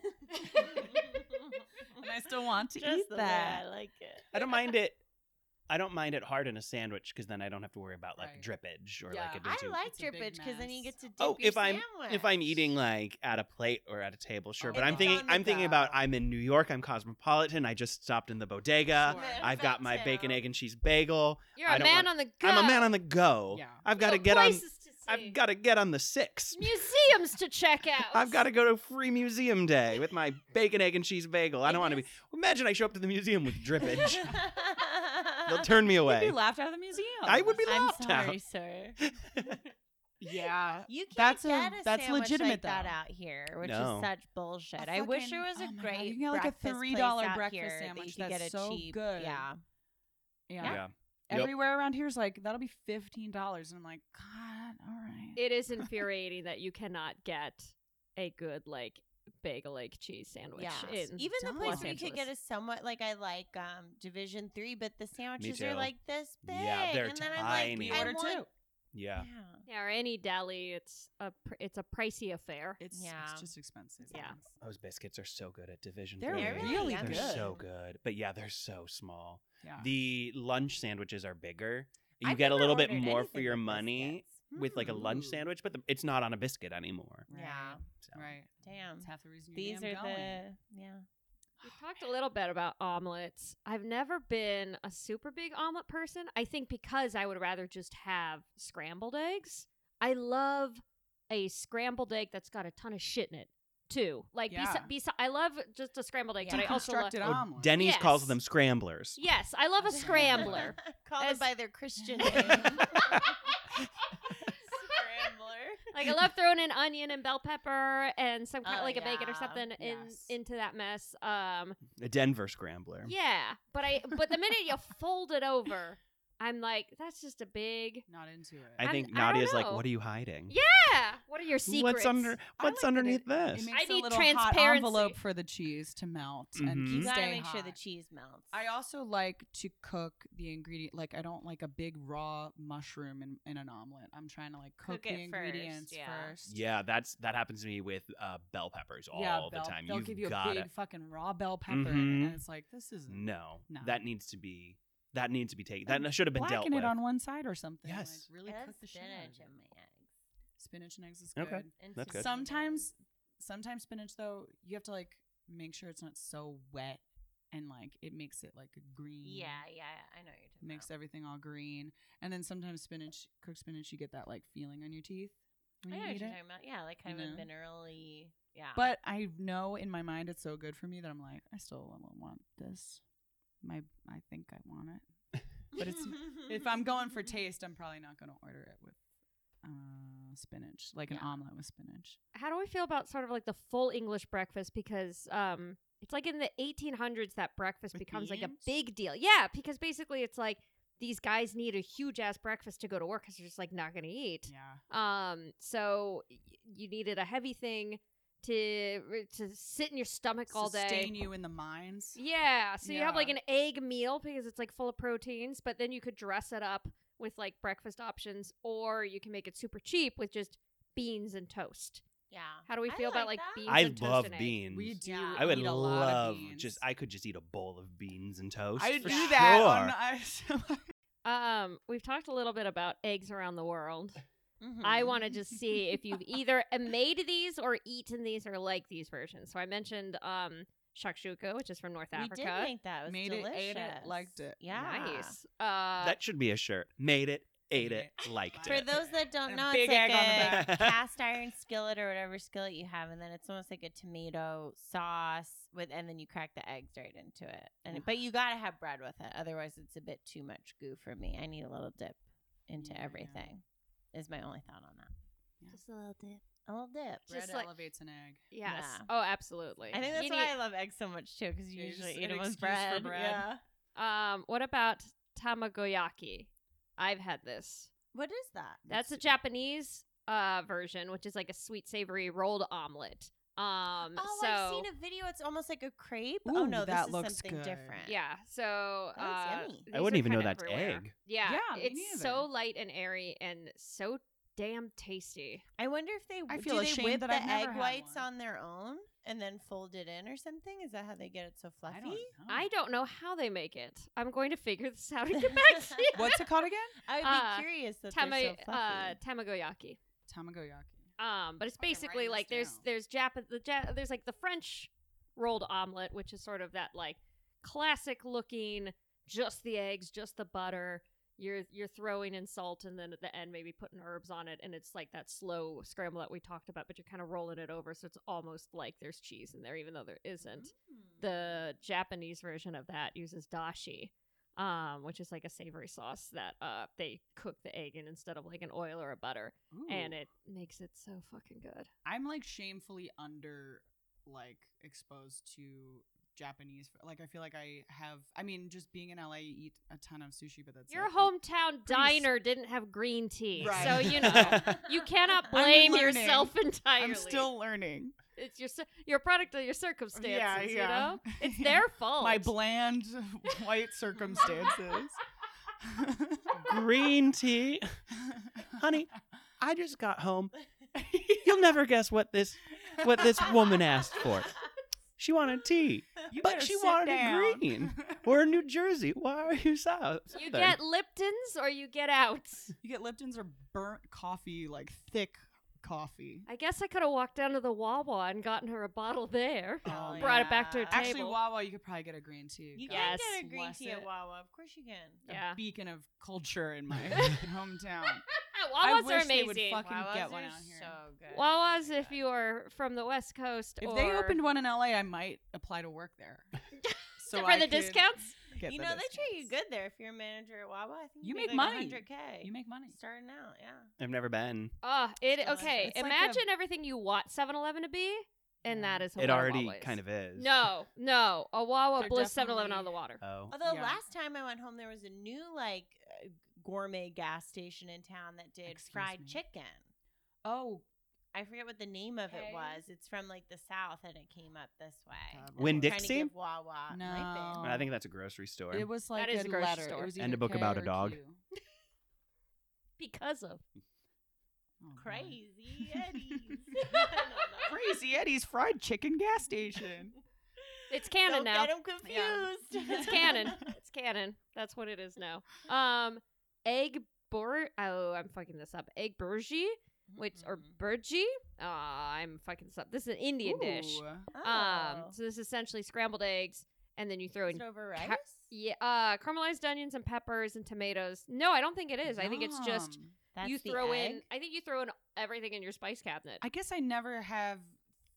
S5: And I still want to
S6: just
S5: eat
S6: the way
S5: that.
S6: I like it.
S3: I don't mind it. I don't mind it hard in a sandwich because then I don't have to worry about like
S5: Right.
S3: drippage or
S5: Yeah,
S3: like it
S6: I
S3: doesn't.
S6: like
S5: It's a big
S6: drippage because then you
S5: mess.
S6: get to dip
S3: Oh,
S6: your
S3: if I'm-
S6: sandwich.
S3: if I'm eating like at a plate or at a table, sure.
S5: Oh,
S3: but I'm
S5: it's
S3: thinking,
S6: on the
S3: I'm thinking about
S6: go.
S3: I'm in New York. I'm cosmopolitan. I just stopped in the bodega.
S5: Sure.
S6: Matter of
S3: uh, I've got
S6: fact,
S3: my bacon,
S6: now-
S3: egg, and cheese bagel.
S2: You're
S3: I
S2: a
S3: don't
S2: man
S3: want-
S2: on the go.
S3: I'm a man on the go.
S5: Yeah.
S3: I've got to
S2: Little
S3: get on.
S2: places to see.
S3: I've got to get on the six.
S2: museums to check out.
S3: I've got to go to free museum day with my bacon, egg, and cheese bagel. I
S6: It
S3: don't want to be.
S6: is-
S3: Imagine I show up to the museum with drippage. They'll turn me
S5: You'd be
S3: away.
S5: laughed out of the museum.
S3: I would be
S6: I'm
S3: laughed
S6: sorry,
S3: out.
S6: sir.
S5: Yeah.
S6: You can't
S5: That's a-
S6: get a,
S5: that's
S6: sandwich
S5: legitimate,
S6: like that
S5: though.
S6: out here, which
S3: No.
S6: is such bullshit.
S5: A
S6: I wish there was
S5: fucking-
S6: a
S5: oh my God,
S6: great
S5: you can get, like, a
S6: breakfast place
S5: $3
S6: out
S5: breakfast
S6: here that
S5: sandwich
S6: you can
S5: that's
S6: get a
S5: so
S6: cheap,
S5: good.
S6: Yeah,
S5: Yeah.
S3: Yeah. Yep.
S5: Everywhere around here is like, that'll be $15. And I'm like, God, all right.
S2: It is infuriating that you cannot get a good like bagel egg cheese sandwich.
S6: yeah.
S2: in
S6: Even the
S5: Los
S6: place where you could
S2: Angeles.
S6: get a somewhat like I like um Division Three, but the sandwiches
S3: too.
S6: are like this big.
S3: Yeah, they're
S6: and then I'm
S3: tiny.
S6: like,
S5: we
S6: I
S5: order
S6: want-
S5: two.
S3: Yeah.
S6: Yeah.
S2: yeah, or any deli, it's a pr- it's a pricey affair.
S5: It's,
S6: Yeah.
S5: it's just expensive.
S2: Yeah.
S3: Those biscuits are so good at Division
S5: They're
S3: Three.
S6: They're really
S5: really
S6: yummy.
S3: They're
S5: good.
S3: so good, but yeah, they're so small.
S5: Yeah.
S3: The lunch sandwiches are bigger, You
S6: I've
S3: get a
S6: never
S3: little bit
S6: ordered
S3: more for
S6: anything
S3: your
S6: with
S3: money
S6: biscuits.
S3: with
S5: Hmm.
S3: like a lunch
S6: Mm.
S3: sandwich, but the, it's not on a biscuit anymore.
S6: Yeah.
S3: So.
S5: Right.
S6: Damn.
S5: That's half the reason
S6: These are
S5: you're damn going.
S6: the yeah.
S2: We talked a little bit about omelets. I've never been a super big omelet person. I think because I would rather just have scrambled eggs. I love a scrambled egg that's got a ton of shit in it, too. Like,
S5: Yeah.
S2: besi- besi- I love just a scrambled egg,
S6: Yeah.
S2: but I also love.
S5: Constructed
S3: Oh,
S5: omelet.
S3: Denny's calls
S2: Yes.
S3: them scramblers.
S2: Yes, I love a scrambler.
S6: Call
S2: As-
S6: it by their Christian name. Scrambler.
S3: Hmm?
S2: like I love throwing an onion and bell pepper and some kind
S6: Oh,
S2: like a bacon or
S6: yeah.
S2: something in
S5: Yes.
S2: into that mess. Um,
S3: A Denver scrambler.
S2: yeah, but I but the minute you fold it over, I'm like, that's just a big
S5: Not into it.
S3: I
S2: I'm-
S3: think
S2: I don't
S3: Nadia's like,
S2: know.
S3: what are you hiding?
S2: Yeah. yeah. What are your secrets?
S3: What's under
S5: I
S3: what's
S5: like that
S3: underneath
S5: it
S3: this?
S5: makes
S2: I need
S5: a little hot
S2: transparency.
S5: envelope for the cheese to melt and
S3: Mhm.
S5: keep
S6: You gotta
S5: stay
S6: make sure the
S5: hot.
S6: cheese melts.
S5: I also like to cook the ingredient. Like I don't like a big raw mushroom in, in an omelet. I'm trying to like
S6: Cook
S5: cook, the
S6: it first,
S5: ingredients
S6: yeah.
S5: first.
S3: Yeah, that's that happens to me with uh, bell peppers all
S5: yeah,
S3: the
S5: bell-
S3: time.
S5: They'll
S3: You've
S5: give you
S3: got
S5: a big
S3: it.
S5: fucking raw bell pepper, in it,
S3: Mhm.
S5: and it's like this is
S3: No,
S5: No.
S3: that needs to be that needs to be taken. That should have been dealt
S5: blacken
S3: with.
S5: it on one side or something.
S3: Yes.
S5: like, really
S6: I love
S5: cook the shit out of
S6: spinach
S5: it.
S6: in my eggs.
S5: Spinach and eggs is good.
S3: Okay.
S6: And
S3: That's good.
S5: Sometimes, sometimes spinach though, you have to like make sure it's not so wet, and like it makes it like green.
S6: Yeah, yeah, I know what you're talking
S5: Mm. makes
S6: about.
S5: everything all green. And then sometimes spinach, cooked spinach, you get that like feeling on your teeth when
S6: I know
S5: you
S6: what
S5: eat
S6: you're
S5: it.
S6: talking about. Yeah, like kind of
S5: No.
S6: a minerally. Yeah.
S5: But I know in my mind it's so good for me that I'm like, I still wa- want this. My, I think I want it. but it's- If I'm going for taste, I'm probably not going to order it with uh, spinach, like an
S2: Yeah.
S5: omelet with spinach.
S2: How do we feel about sort of like the full English breakfast? Because um, it's like in the 1800s that breakfast
S3: With
S2: becomes like a
S3: beans?
S2: big deal. Yeah, because basically it's like these guys need a huge ass breakfast to go to work because they're just like not going to eat.
S5: Yeah.
S2: Um, so y- you needed a heavy thing to to sit in your stomach all day.
S5: Sustain you in the mines.
S2: Yeah, so you have like
S5: Yeah.
S2: an egg meal because it's like full of proteins, but then you could dress it up with like breakfast options, or you can make it super cheap with just beans and toast.
S6: yeah.
S2: How do we
S6: I
S2: feel about like
S6: like that.
S2: beans?
S3: I
S2: and
S3: love
S2: toast and egg?
S3: beans.
S5: We do.
S6: Yeah.
S3: I would
S5: eat a lot of
S3: love
S5: beans.
S3: just I could just eat a bowl of beans and toast.
S5: I
S3: for
S5: do that.
S3: Sure.
S5: on- I,
S2: Um, we've talked a little bit about eggs around the world.
S6: Mhm.
S2: I want to just see if you've either made these or eaten these or like these versions. So I mentioned um shakshuka, which is from North
S6: We
S2: Africa.
S6: did make that. It was
S5: Made it,
S6: delicious.
S5: ate it, liked it.
S6: Yeah.
S2: Nice. Uh,
S3: that should be a shirt. Made it, ate it,
S5: Yeah.
S3: liked
S6: For
S3: it.
S6: those that don't
S5: And a
S6: know,
S5: big
S6: it's like
S5: egg on
S6: a
S5: the
S3: back.
S6: cast iron skillet or whatever skillet you have, and then it's almost like a tomato sauce with, and then you crack the eggs right into it. And but you gotta have bread with it, otherwise it's a bit too much goo for me. I need a little dip into
S5: Yeah.
S6: everything. Is my only thought on that.
S5: Yeah.
S6: Just a little dip. A little dip.
S2: Just
S5: Bread
S2: like-
S5: elevates an egg.
S2: yes.
S6: Yeah.
S2: Oh, absolutely.
S6: I think that's
S2: You
S6: why
S2: need-
S6: I love eggs so much too, because you
S5: Yeah,
S6: usually
S5: just
S6: eat
S5: an
S6: them with
S5: excuse for
S6: bread.
S5: bread.
S6: Yeah.
S2: Um, what about tamagoyaki? I've had this.
S6: What is that?
S2: That's a Japanese uh version, which is like a sweet savory rolled omelet. Um,
S6: Oh,
S2: so
S6: I've seen a video. It's almost like a crepe. oh
S5: Ooh,
S6: no, this
S5: that
S6: is
S5: looks
S6: something
S5: good.
S6: different.
S2: yeah, so
S6: That looks
S2: uh,
S6: Oh, yummy.
S2: these
S3: I wouldn't
S2: are
S3: even know
S2: kinda
S3: that's
S2: everywhere.
S3: egg.
S2: Yeah,
S5: Yeah, me
S2: it's so
S5: neither.
S2: light and airy and so damn tasty.
S6: I wonder if they
S5: I
S6: do
S5: feel
S6: they
S5: ashamed
S6: whip
S5: that
S6: the
S5: I've never
S6: egg
S5: had
S6: whites
S5: one.
S6: on their own and then fold it in or something. Is that how they get it so fluffy?
S5: I don't know.
S6: Oh.
S2: I don't know how they make it. I'm going to figure this out and get back to you.
S5: What's it called again?
S6: I would be
S2: Uh,
S6: curious that
S2: Tama-
S6: they're so
S2: uh,
S6: fluffy.
S2: tamagoyaki.
S5: Tamagoyaki.
S2: Um, but it's
S5: Okay, I'm
S2: basically
S5: writing
S2: like
S5: this
S2: there's
S5: down.
S2: there's Jap- the ja- there's like the French rolled omelet, which is sort of that like classic looking, just the eggs, just the butter. You're you're throwing in salt, and then at the end maybe putting herbs on it, and it's like that slow scramble that we talked about, but you're kind of rolling it over, so it's almost like there's cheese in there, even though there
S6: Hmm.
S2: isn't.
S5: Mm-hmm.
S2: The Japanese version of that uses dashi. Um, which is like a savory sauce that uh, they cook the egg in instead of like an oil or a butter and
S5: Ooh.
S2: it makes it so fucking good.
S5: I'm like shamefully under like exposed to Japanese. f- Like I feel like I have. I mean, just being in LA, you eat a ton of sushi, but that's
S2: Your
S5: it.
S2: hometown
S5: pretty s-
S2: diner didn't have green tea,
S5: Right.
S2: so you know you cannot blame
S5: learning.
S2: yourself
S5: I'm,
S2: entirely.
S5: I'm still learning.
S2: it's your cir- your product of your circumstances.
S5: Yeah, yeah.
S2: You know, it's their fault.
S5: My bland white circumstances.
S3: Green tea. Honey, I just got home. You'll never guess what this what this woman asked for. She wanted tea.
S5: You
S3: But
S5: better
S3: she
S5: sit
S3: wanted a
S5: down.
S3: green. We're in New Jersey. Why are you south?
S2: You
S3: southern?
S2: get Lipton's or you get out.
S5: You get Lipton's or burnt coffee, like thick coffee.
S2: I guess I could have walked down to the Wawa and gotten her a bottle there.
S6: Hell
S5: Oh,
S2: Brought it back to her
S6: yeah.
S2: table.
S5: Actually, Wawa, you could probably get a green tea.
S6: You
S5: God
S6: can
S2: Yes.
S6: get a green
S5: bless
S6: tea at
S5: it.
S6: Wawa. Of course you can.
S5: A
S2: Yeah.
S5: beacon of culture in my hometown. I
S2: Wawas
S5: wish
S2: are
S5: they would
S2: amazing.
S5: fucking
S6: Wawa's
S5: get one
S6: are
S5: out here.
S6: so
S2: Wawas,
S6: good. Oh my
S2: if
S6: God.
S2: you are from the West Coast,
S5: If
S2: or
S5: they opened one in LA, I might apply to work there. so
S2: for
S5: I
S2: the
S5: could
S2: discounts,
S5: get
S6: you
S5: the
S6: know they treat you
S5: discounts.
S6: good there if you're a manager at Wawa. I think
S5: You make
S6: make
S5: money.
S6: Hundred K.
S5: You make money.
S6: starting out. Yeah.
S3: I've never been.
S2: oh, it
S6: It's
S2: okay.
S5: like a-
S2: Imagine everything you want 7-Eleven to be, and
S5: Yeah.
S2: that is
S3: it
S2: Hawaii
S3: already
S2: Wawas.
S3: kind of is.
S2: No, no, a Wawa
S5: They're
S2: blew 7-Eleven out of
S5: definitely-
S2: the water.
S3: Oh.
S6: Although
S5: Yeah.
S6: last time I went home, there was a new like uh, gourmet gas station in town that did
S5: Excuse
S6: fried
S5: me.
S6: chicken.
S5: Oh,
S6: I forget what the name of
S5: Okay.
S6: it was. It's from like the south, and it came up this way.
S5: God,
S3: Win
S6: Trying to
S3: Dixie?
S6: give Wawa. Might
S5: No.
S6: be.
S3: I think that's a grocery store.
S5: it was like
S2: is a
S5: a
S2: grocery
S5: letter.
S2: store.
S5: It was
S3: And
S5: either
S3: a book
S5: K
S3: about a
S5: or
S3: dog.
S5: Q.
S2: Because of
S5: Oh, boy.
S6: Crazy Eddie's. I don't know.
S5: Crazy Eddie's fried chicken gas station.
S2: it's canon
S6: Don't
S2: now.
S6: get 'em
S5: Yeah.
S6: confused.
S2: It's canon. It's canon. That's what it is now. Um, egg bur. Oh, I'm fucking this up. Egg burji, which or
S6: Mhm.
S2: burji. Uh, I'm fucking this up. This is an Indian dish.
S5: Ooh.
S2: Um,
S6: Oh.
S2: so this is essentially scrambled eggs, and then you throw
S6: Is
S2: in
S6: it over
S2: ca-
S6: rice.
S2: yeah, uh, caramelized onions and peppers and tomatoes. No, I don't think it is. I think it's just
S5: Yum.
S6: That's
S2: you
S6: the
S2: throw in.
S6: egg?
S2: I think you throw in everything in your spice cabinet.
S5: I guess I never have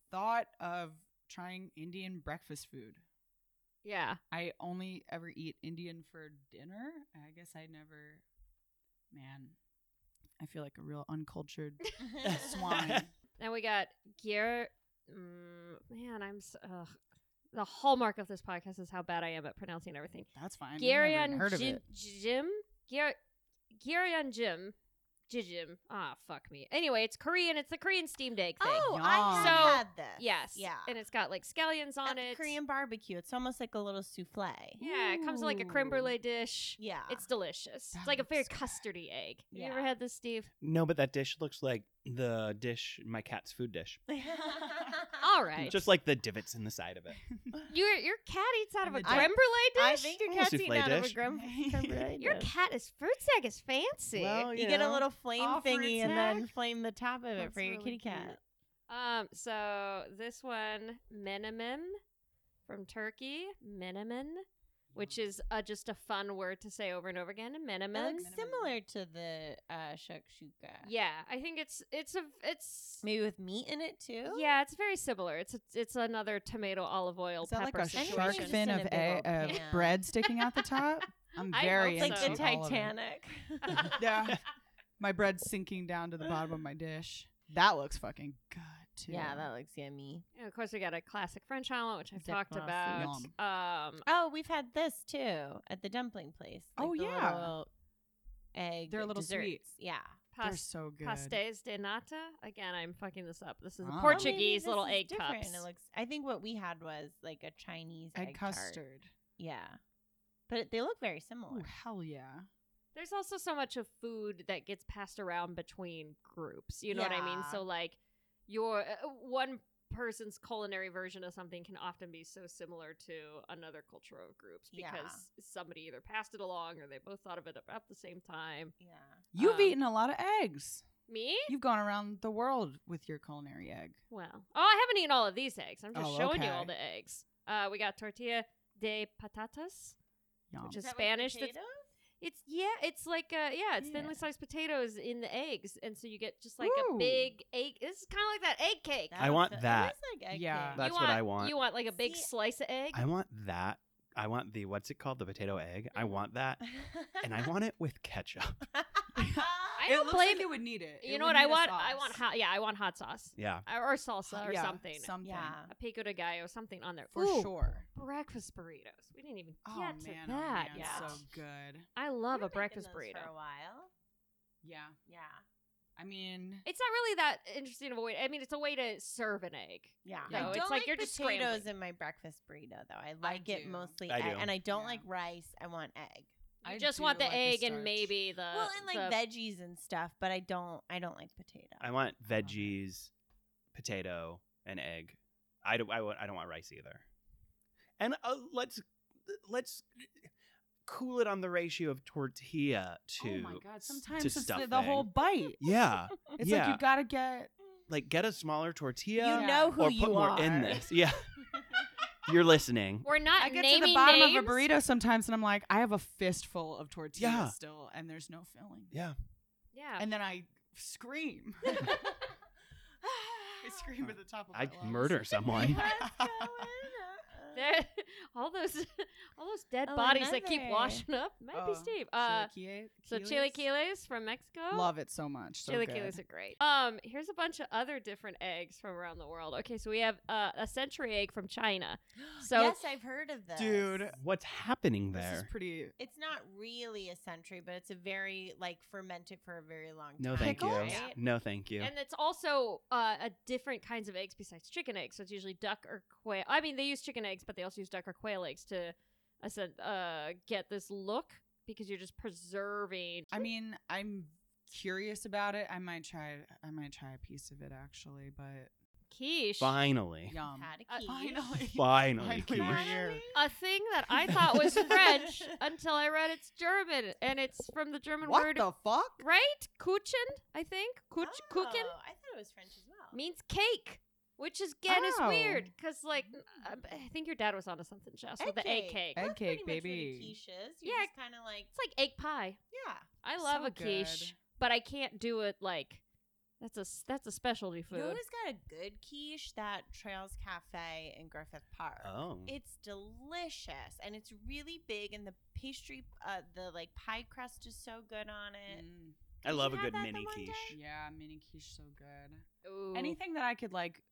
S5: thought of trying Indian breakfast food.
S2: yeah,
S5: I only ever eat Indian for dinner. I guess I never. Man, I feel like a real uncultured swine.
S2: and we got gear. Mm, man, I'm. s ugh. The hallmark of this podcast is how bad I am at pronouncing everything.
S5: That's fine. You've never
S2: Gary
S5: even
S2: and
S5: heard of
S2: Jim,
S5: it.
S2: Jim, Gar- Gary and Jim, Jijim. Ah, fuck me. Anyway, it's Korean. It's the Korean steamed egg thing.
S6: Oh, I have
S2: So-
S6: had this.
S2: yes,
S6: Yeah.
S2: and it's got like scallions on
S6: At the
S2: it.
S6: Korean barbecue. It's almost like a little souffle.
S2: Yeah, it comes in like a creme
S5: Ooh.
S2: brulee dish.
S6: Yeah.
S2: It's delicious.
S5: That
S2: it's like a very
S5: looks good.
S2: custardy egg. Have You ever
S6: Yeah.
S2: had this, Steve?
S3: No, but that dish looks like the dish, my cat's food dish.
S2: All right.
S3: Just like the divots in the side of it.
S2: your your cat eats out of
S5: And
S2: a
S5: the
S2: creme
S6: duck.
S2: brulee
S6: I
S2: dish.
S6: think your
S3: Oh,
S6: cat's
S3: souffle
S6: eating out of a
S3: dish.
S6: creme, creme brulee.
S2: your
S6: dish.
S2: cat is fruit sack is fancy.
S5: Oh,
S3: Well,
S6: You, get a
S3: know.
S6: little flame
S5: offer
S6: thingy
S5: it
S6: and then
S5: snack.
S6: flame the top of it
S5: That's
S6: for your
S5: really
S6: kitty cat.
S2: Um, so this one, menemen from Turkey, menemen, which is uh, just a fun word to say over and over again.
S6: It
S2: Menemen.
S6: looks similar to the uh, shakshuka.
S2: Yeah, I think it's it's a it's
S6: Maybe with meat in it too.
S2: yeah, it's very similar. It's it's another tomato olive oil
S5: Is that like
S2: pepper
S5: a
S2: situation.
S5: shark
S6: Just
S5: fin
S6: in
S5: of
S6: a big
S5: a,
S6: old
S5: of
S6: pan.
S5: bread sticking out the top? I'm
S2: I
S5: very
S6: It's
S2: hope
S5: into
S6: like
S2: so.
S6: the
S5: all of it.
S6: Titanic.
S5: Yeah. My bread sinking down to the bottom of my dish. That looks fucking good too.
S6: yeah, that looks yummy.
S2: And of course, we got a classic French omelet, which I've
S6: Zip
S2: talked
S6: sauce,
S2: about.
S5: yum.
S2: Um,
S6: Oh, we've had this too at the dumpling place.
S5: Oh,
S6: the
S5: yeah.
S6: little egg.
S5: They're a little
S6: desserts.
S5: sweet.
S6: Yeah,
S5: They're
S2: pas-
S5: so good.
S2: pastéis de nata. Again, I'm fucking this up. This is the
S5: Ah.
S6: Well, maybe
S2: Portuguese
S6: this
S2: little
S6: is
S2: egg
S6: different and
S2: cups.
S6: It looks. I think what we had was like a Chinese egg,
S5: Egg
S6: tart.
S5: custard.
S6: Yeah, but it- they look very similar.
S5: Oh hell yeah.
S2: There's also so much of food that gets passed around between groups. You know what I mean?
S6: Yeah.
S2: So like your uh, one person's culinary version of something can often be so similar to another culture of groups because
S6: Yeah.
S2: somebody either passed it along or they both thought of it about the same time.
S6: Yeah.
S5: You've
S2: Um,
S5: eaten a lot of eggs.
S2: Me?
S5: You've gone around the world with your culinary egg.
S2: Well, oh, I haven't eaten all of these eggs. I'm just
S5: Oh,
S2: showing you all
S5: okay.
S2: the eggs. Uh, we got tortilla de patatas,
S5: Yum.
S2: which is
S6: that with
S2: Spanish. That's,
S6: potatoes?
S2: it's yeah, it's like uh, yeah, it's thinly
S6: Yeah.
S2: sliced potatoes in the eggs, and so you get just like a
S5: Ooh.
S2: big egg. This is kind of like that egg cake.
S6: That
S3: I want
S6: looks- it
S3: that.
S6: is like egg
S5: Yeah.
S6: cake.
S3: That's
S2: you
S3: what I want.
S2: You want like a big
S6: See-
S2: slice of egg.
S3: I want that. I want the, what's it called? The potato egg. I want that. And I want it with ketchup.
S2: I
S5: It
S2: don't
S5: looks
S2: blame
S5: like it would need it.
S2: you
S5: It
S2: know
S5: would
S2: what I
S5: need a
S2: want? I
S5: sauce.
S2: want hot. Yeah, I want hot sauce
S3: Yeah.
S2: or, or salsa or
S5: Yeah,
S2: something.
S5: Something.
S6: Yeah.
S2: a pico de gallo, something on there
S5: For
S2: Ooh,
S5: sure.
S2: Breakfast burritos. We didn't even
S5: Oh
S2: get to that.
S5: man, oh, man,
S2: yet.
S6: yeah.
S5: so good.
S2: I
S6: You were
S2: love a
S6: making
S2: breakfast
S6: those
S2: burrito.
S6: for a while.
S5: Yeah.
S6: Yeah.
S5: I mean, oh
S2: It's not really that interesting of a way. I mean, it's a way to serve an egg.
S6: Yeah.
S5: Yeah.
S6: I
S5: No,
S6: don't
S2: it's like you're just
S6: potatoes
S2: scrambling.
S6: in my breakfast burrito though. I like it
S5: do.
S6: mostly
S3: I
S6: egg-
S3: do.
S6: and I don't
S5: Yeah.
S6: like rice. I want egg.
S2: You
S5: I
S2: just
S5: do
S2: want the
S5: like a
S2: egg and
S5: starch.
S2: maybe the
S6: well, and like
S2: Uh, the-
S6: veggies and stuff, but I don't I don't like potato.
S3: I want
S5: love it.
S3: veggies, potato, and egg. I don't, I, wa- I don't want rice either. And uh, let's let's cool it on the ratio of tortilla to
S5: oh my god!
S3: s-
S5: Sometimes
S3: to
S5: it's the,
S3: stuffing.
S5: the whole bite.
S3: yeah
S5: It's
S3: yeah
S5: like you gotta get.
S3: like get a smaller tortilla
S5: Yeah.
S6: You know who
S3: or
S6: you
S3: put more
S6: are.
S3: in this. Yeah, you're listening.
S2: We're not
S5: I get
S2: naming
S5: to the bottom
S2: names.
S5: of a burrito sometimes, and I'm like, I have a fistful of tortillas
S3: Yeah.
S5: still, and there's no filling.
S3: Yeah,
S2: Yeah.
S5: And then I scream. I scream at the top of my
S3: I
S5: lungs.
S3: murder someone.
S2: There- all those all those dead
S6: Oh,
S2: bodies that keep
S6: another.
S2: washing up might be
S5: Oh,
S2: Steve. Uh,
S5: Chilaquile-
S2: so chili
S5: quiles?
S2: quiles from Mexico.
S5: Love it so much. So
S2: Chili
S5: good.
S2: quiles are great. Um, here's a bunch of other different eggs from around the world. Okay, so we have uh, a century egg from China. So
S6: yes, I've heard of this.
S5: Dude,
S3: What's happening
S5: This is
S3: there?
S5: pretty.
S6: It's not really a century, but it's a very like fermented for a very long time.
S3: No, thank
S6: right?
S3: you. No, thank you.
S2: And it's also uh, a different kinds of eggs besides chicken eggs. So it's usually duck or quail. I mean, they use chicken eggs, but they also use duck or quail eggs to, I said, uh, get this look because you're just preserving.
S5: I mean, I'm curious about it. I might try. I might try a piece of it actually, but
S2: quiche.
S3: Finally,
S5: yum.
S6: Had a
S2: Uh,
S6: key.
S5: Finally.
S3: finally,
S5: Finally,
S3: quiche.
S5: we're here.
S2: A thing that I thought was French until I read it's German, and it's from the German
S5: What
S2: word
S5: the fuck?
S2: right kuchen, I think. Kuch-
S6: Oh,
S2: Kuchen
S6: I thought it was French as well.
S2: means cake, which is again is
S5: Oh.
S2: weird because like I I think your dad was onto something, Jess, with the egg cake.
S5: Egg
S6: That's pretty
S5: cake,
S6: much what a
S5: baby.
S6: Quiche is. You're
S2: Yeah.
S6: just kind of like
S2: It's like egg pie.
S6: yeah.
S2: I love
S5: So
S2: a quiche,
S5: good.
S2: but I can't do it like that's a s- that's a specialty food.
S6: You always got a good quiche that Trails Cafe in Griffith Park.
S3: Oh,
S6: It's delicious and it's really big, and the pastry, uh, the like pie crust is so good on it.
S5: Mm,
S3: I
S6: Did
S3: love
S6: you
S3: a
S6: have
S3: good
S6: that the
S3: mini
S6: one
S3: quiche.
S6: day?
S5: yeah, mini quiche so good.
S2: Ooh.
S5: Anything that I could like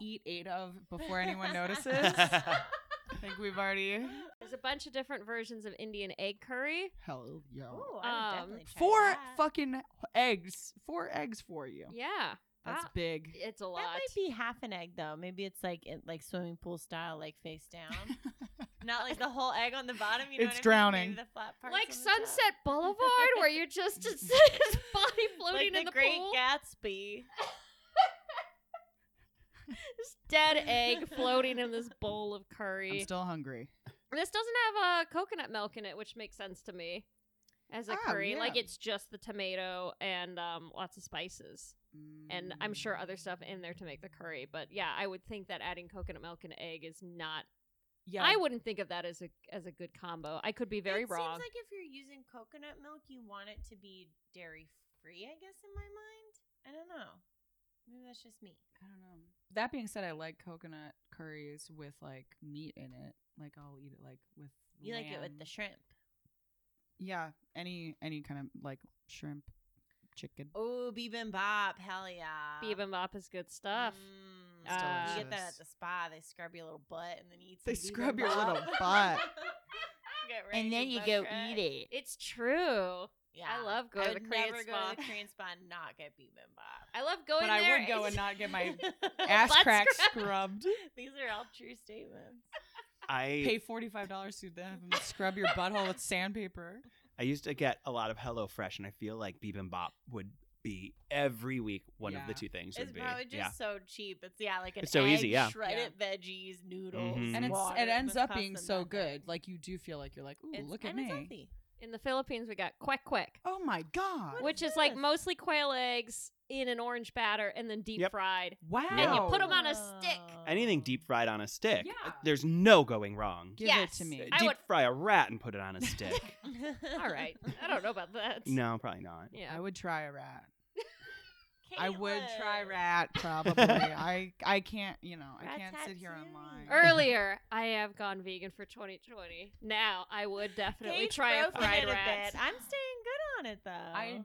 S5: eat eight of before anyone notices. I
S3: That's
S5: think we've already.
S2: There's a bunch of different versions of Indian egg curry.
S5: Hell yeah.
S6: Ooh, I would
S2: Um,
S6: definitely try
S5: Four
S6: that.
S5: fucking eggs. Four eggs for you.
S2: Yeah,
S5: That's
S2: Ah,
S5: big.
S2: it's a
S6: That
S2: lot.
S6: might be half an egg though. Maybe it's like it, like swimming pool style, like face down, not like the whole egg on the bottom. You know
S5: It's
S6: what I mean?
S5: drowning.
S6: Maybe the flat parts
S2: like
S6: on the top.
S2: Sunset Boulevard, where you're just his body floating
S6: like
S2: in the
S6: Great
S2: pool.
S6: Gatsby.
S2: This dead egg floating in this bowl of
S5: I'm
S2: curry.
S5: still hungry.
S2: this doesn't have uh, coconut milk in it, which makes sense to me as a
S5: Oh,
S2: curry. Like
S5: yeah.
S2: it's just the tomato and um, lots of spices, and I'm sure
S5: Mm.
S2: other stuff in there to make the curry. But yeah, I would think that adding coconut milk and egg is not.
S5: Yeah.
S2: I wouldn't think of that as a as a good combo. I could be very
S6: it
S2: wrong.
S6: Seems like if you're using coconut milk, you want it to be dairy free. I guess in my mind, I don't know. Maybe that's just me.
S5: I don't know. That being said, I like coconut curries with like meat in it. Like I'll eat it like with.
S6: You like it with the
S5: lamb.
S6: shrimp.
S5: yeah. Any any kind of like shrimp, chicken.
S6: Oh, bibimbap, hell yeah.
S2: Bibimbap Ah. is good stuff.
S6: Mm,
S2: It's
S6: you get that
S5: delicious.
S6: at the spa. They scrub your little butt and then you eat. Some
S5: They scrub your
S6: bibimbap.
S5: little butt.
S6: Get right in your butt crack.
S2: it. It's true.
S6: Yeah,
S2: I love going
S6: I
S2: to
S6: would
S2: the Korean
S6: never
S2: spa.
S6: go to the Korean spa and not get bibimbap.
S2: I love going
S5: But
S2: there.
S5: I would go and
S2: It's-
S5: not get my ass
S2: Butt
S5: crack
S2: scrub.
S5: scrubbed.
S6: These are all true statements.
S3: I
S5: Pay forty five dollars to them and scrub your butthole with sandpaper.
S3: I used to get a lot of HelloFresh, and I feel like bibimbap would be every week one of the
S5: Yeah.
S3: two things
S6: It's
S3: would be.
S6: probably just
S3: yeah,
S6: so cheap. It's yeah, like an
S3: It's so easy,
S6: egg,
S3: yeah.
S6: shredded veggies, noodles,
S3: Mhm.
S5: And it's
S6: water.
S5: it ends
S6: must
S5: up
S6: cost
S5: being
S6: them
S5: so
S6: nothing.
S5: good. Like you do feel like you're like, ooh,
S6: It's-
S5: look at
S6: and it's
S5: me.
S6: healthy.
S2: In the Philippines, we got quack quack,
S5: Oh my god.
S6: What
S2: which
S6: is
S2: is like
S6: this?
S2: mostly quail eggs in an orange batter and then deep
S3: Yep.
S2: fried.
S5: Wow.
S2: And you put 'em on a stick.
S3: Oh. anything deep fried on a stick. uh,
S5: Yeah.
S3: there's no going wrong. Uh,
S5: Give
S2: Yes.
S5: it to me.
S2: I
S3: deep
S2: would-
S3: fry a rat and put it on a stick.
S2: All right, I don't know about that.
S3: no, probably not.
S2: Yeah.
S5: I would try a rat. I would try
S6: Caitlin.
S5: rat probably. I I can't, you know, I can't sit here
S6: Ratatouille.
S5: online.
S2: Earlier, I have gone vegan for 2020. Now, I would definitely
S6: Cage
S2: try a
S6: broken
S2: fried
S6: it a
S2: rat.
S6: bit. I'm staying good on it though.
S5: I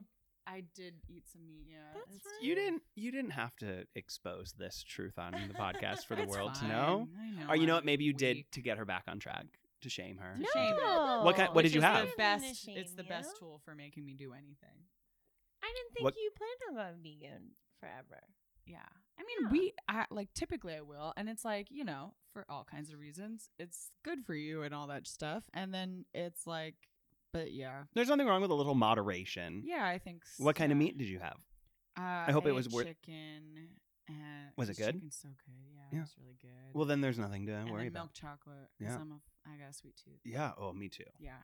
S5: I did eat some meat, yeah.
S6: That's
S5: it's
S6: fine.
S3: You
S5: fine.
S3: didn't. You didn't have to expose this truth on the podcast for the
S5: It's
S3: world
S5: fine.
S3: to know.
S5: I know.
S3: Or you know
S5: I'm
S3: what? Maybe you did
S5: weak.
S3: to get her back on track to shame her.
S5: No. Shame.
S3: What kind- what
S5: Which
S3: did you
S5: is
S3: have?
S5: The
S6: I'm gonna
S5: best, it's
S6: shame
S5: the
S6: you.
S5: best tool for making me do anything.
S6: I didn't think
S3: What-
S6: you planned on going vegan forever.
S5: Yeah. I mean,
S6: Yeah.
S5: we I, like typically I will, and it's like you know for all kinds of reasons, it's good for you and all that stuff. And then it's like, but yeah,
S3: There's nothing wrong with a little moderation.
S5: yeah, I think. s-
S3: What kind of
S5: yeah.
S3: meat did you have?
S5: Uh,
S3: hope it
S5: I
S3: was
S5: ate
S3: worth-
S5: chicken. And
S3: Was it good?
S5: Chicken's so good. Yeah,
S3: Yeah.
S5: it's really good.
S3: Well, then there's nothing to
S5: and
S3: worry
S5: then
S3: about.
S5: milk chocolate. because
S3: Yeah.
S5: I'm a, I got a sweet tooth.
S3: Yeah. Oh, me too.
S5: Yeah.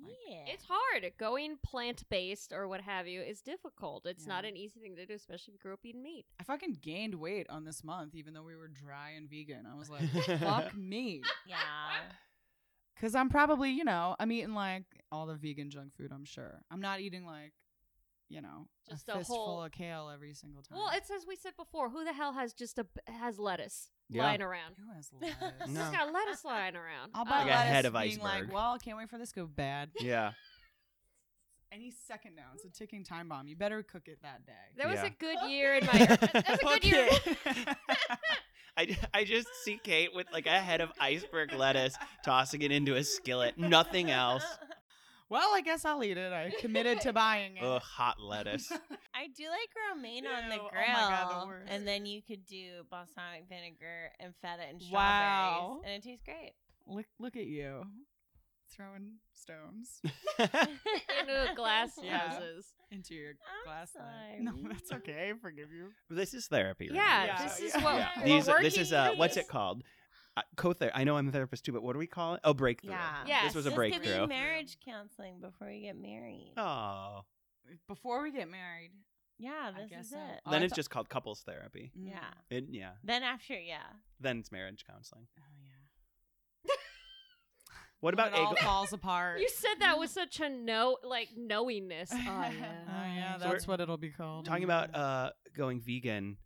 S5: Like-
S6: yeah.
S2: It's hard. Going plant based or what have you is difficult. It's not
S5: Yeah.
S2: an easy thing to do, especially if you grew up eating meat.
S5: I fucking gained weight on this month, even though we were dry and vegan. I was like, fuck me.
S6: yeah.
S5: Because I'm probably, you know, I'm eating like all the vegan junk food, I'm sure. I'm not eating like, you know,
S2: Just
S5: a
S2: a
S5: fistful
S2: whole-
S5: of kale every single time.
S2: Well, it's as we said before. Who the hell has just a has lettuce
S3: Yeah.
S2: lying around?
S5: Who has lettuce?
S3: No.
S2: Who's got lettuce lying around?
S5: I'll buy
S2: Uh,
S5: lettuce
S3: Like a head of
S5: being
S3: iceberg.
S5: like, well, I can't wait for this to go bad.
S3: Yeah.
S5: Any second now. It's a ticking time bomb. You better cook it that day.
S2: There was
S3: Yeah.
S2: a good year in my. That's a good year.
S3: I, I just see Kate with like a head of iceberg lettuce tossing it into a skillet. Nothing else.
S5: Well, I guess I'll eat it. I committed to buying it.
S3: Ugh, hot lettuce.
S6: I do like romaine on the
S5: Ew,
S6: grill.
S5: oh my God, the worst.
S6: and then you could do balsamic vinegar and feta and strawberries.
S5: Wow.
S6: And it tastes great.
S5: Look, look at you. Throwing stones
S2: Into glass
S5: Yeah.
S2: houses.
S5: into your
S6: I'm
S5: glass.
S6: sorry.
S5: leg. No, that's okay. I forgive you.
S3: this is therapy. right?
S2: Yeah,
S5: Yeah,
S2: this is
S5: yeah.
S2: what
S3: Yeah.
S2: we're
S3: These, this
S2: working
S3: is uh, what's
S2: these.
S3: it called? Uh, co-ther- I know I'm a therapist too, but what do we call it? Oh, breakthrough.
S6: Yeah.
S2: Yes.
S3: This was a
S6: this
S3: breakthrough.
S6: could be marriage counseling before you get married.
S3: Oh,
S5: Before we get married.
S6: Yeah,
S5: I
S6: this
S5: guess
S6: is
S5: so.
S6: it.
S5: Oh,
S3: then
S5: I
S3: it's
S5: thought-
S3: just called couples therapy.
S5: Mm.
S6: Yeah.
S3: It, yeah.
S6: Then after, yeah.
S3: Then it's marriage counseling.
S5: Oh yeah.
S3: What about
S5: it all
S3: egg?
S5: falls apart?
S2: You said that with such a no, like knowingness. Oh yeah,
S5: Oh yeah,
S3: So we're-
S5: that's what it'll be called.
S3: talking about uh going vegan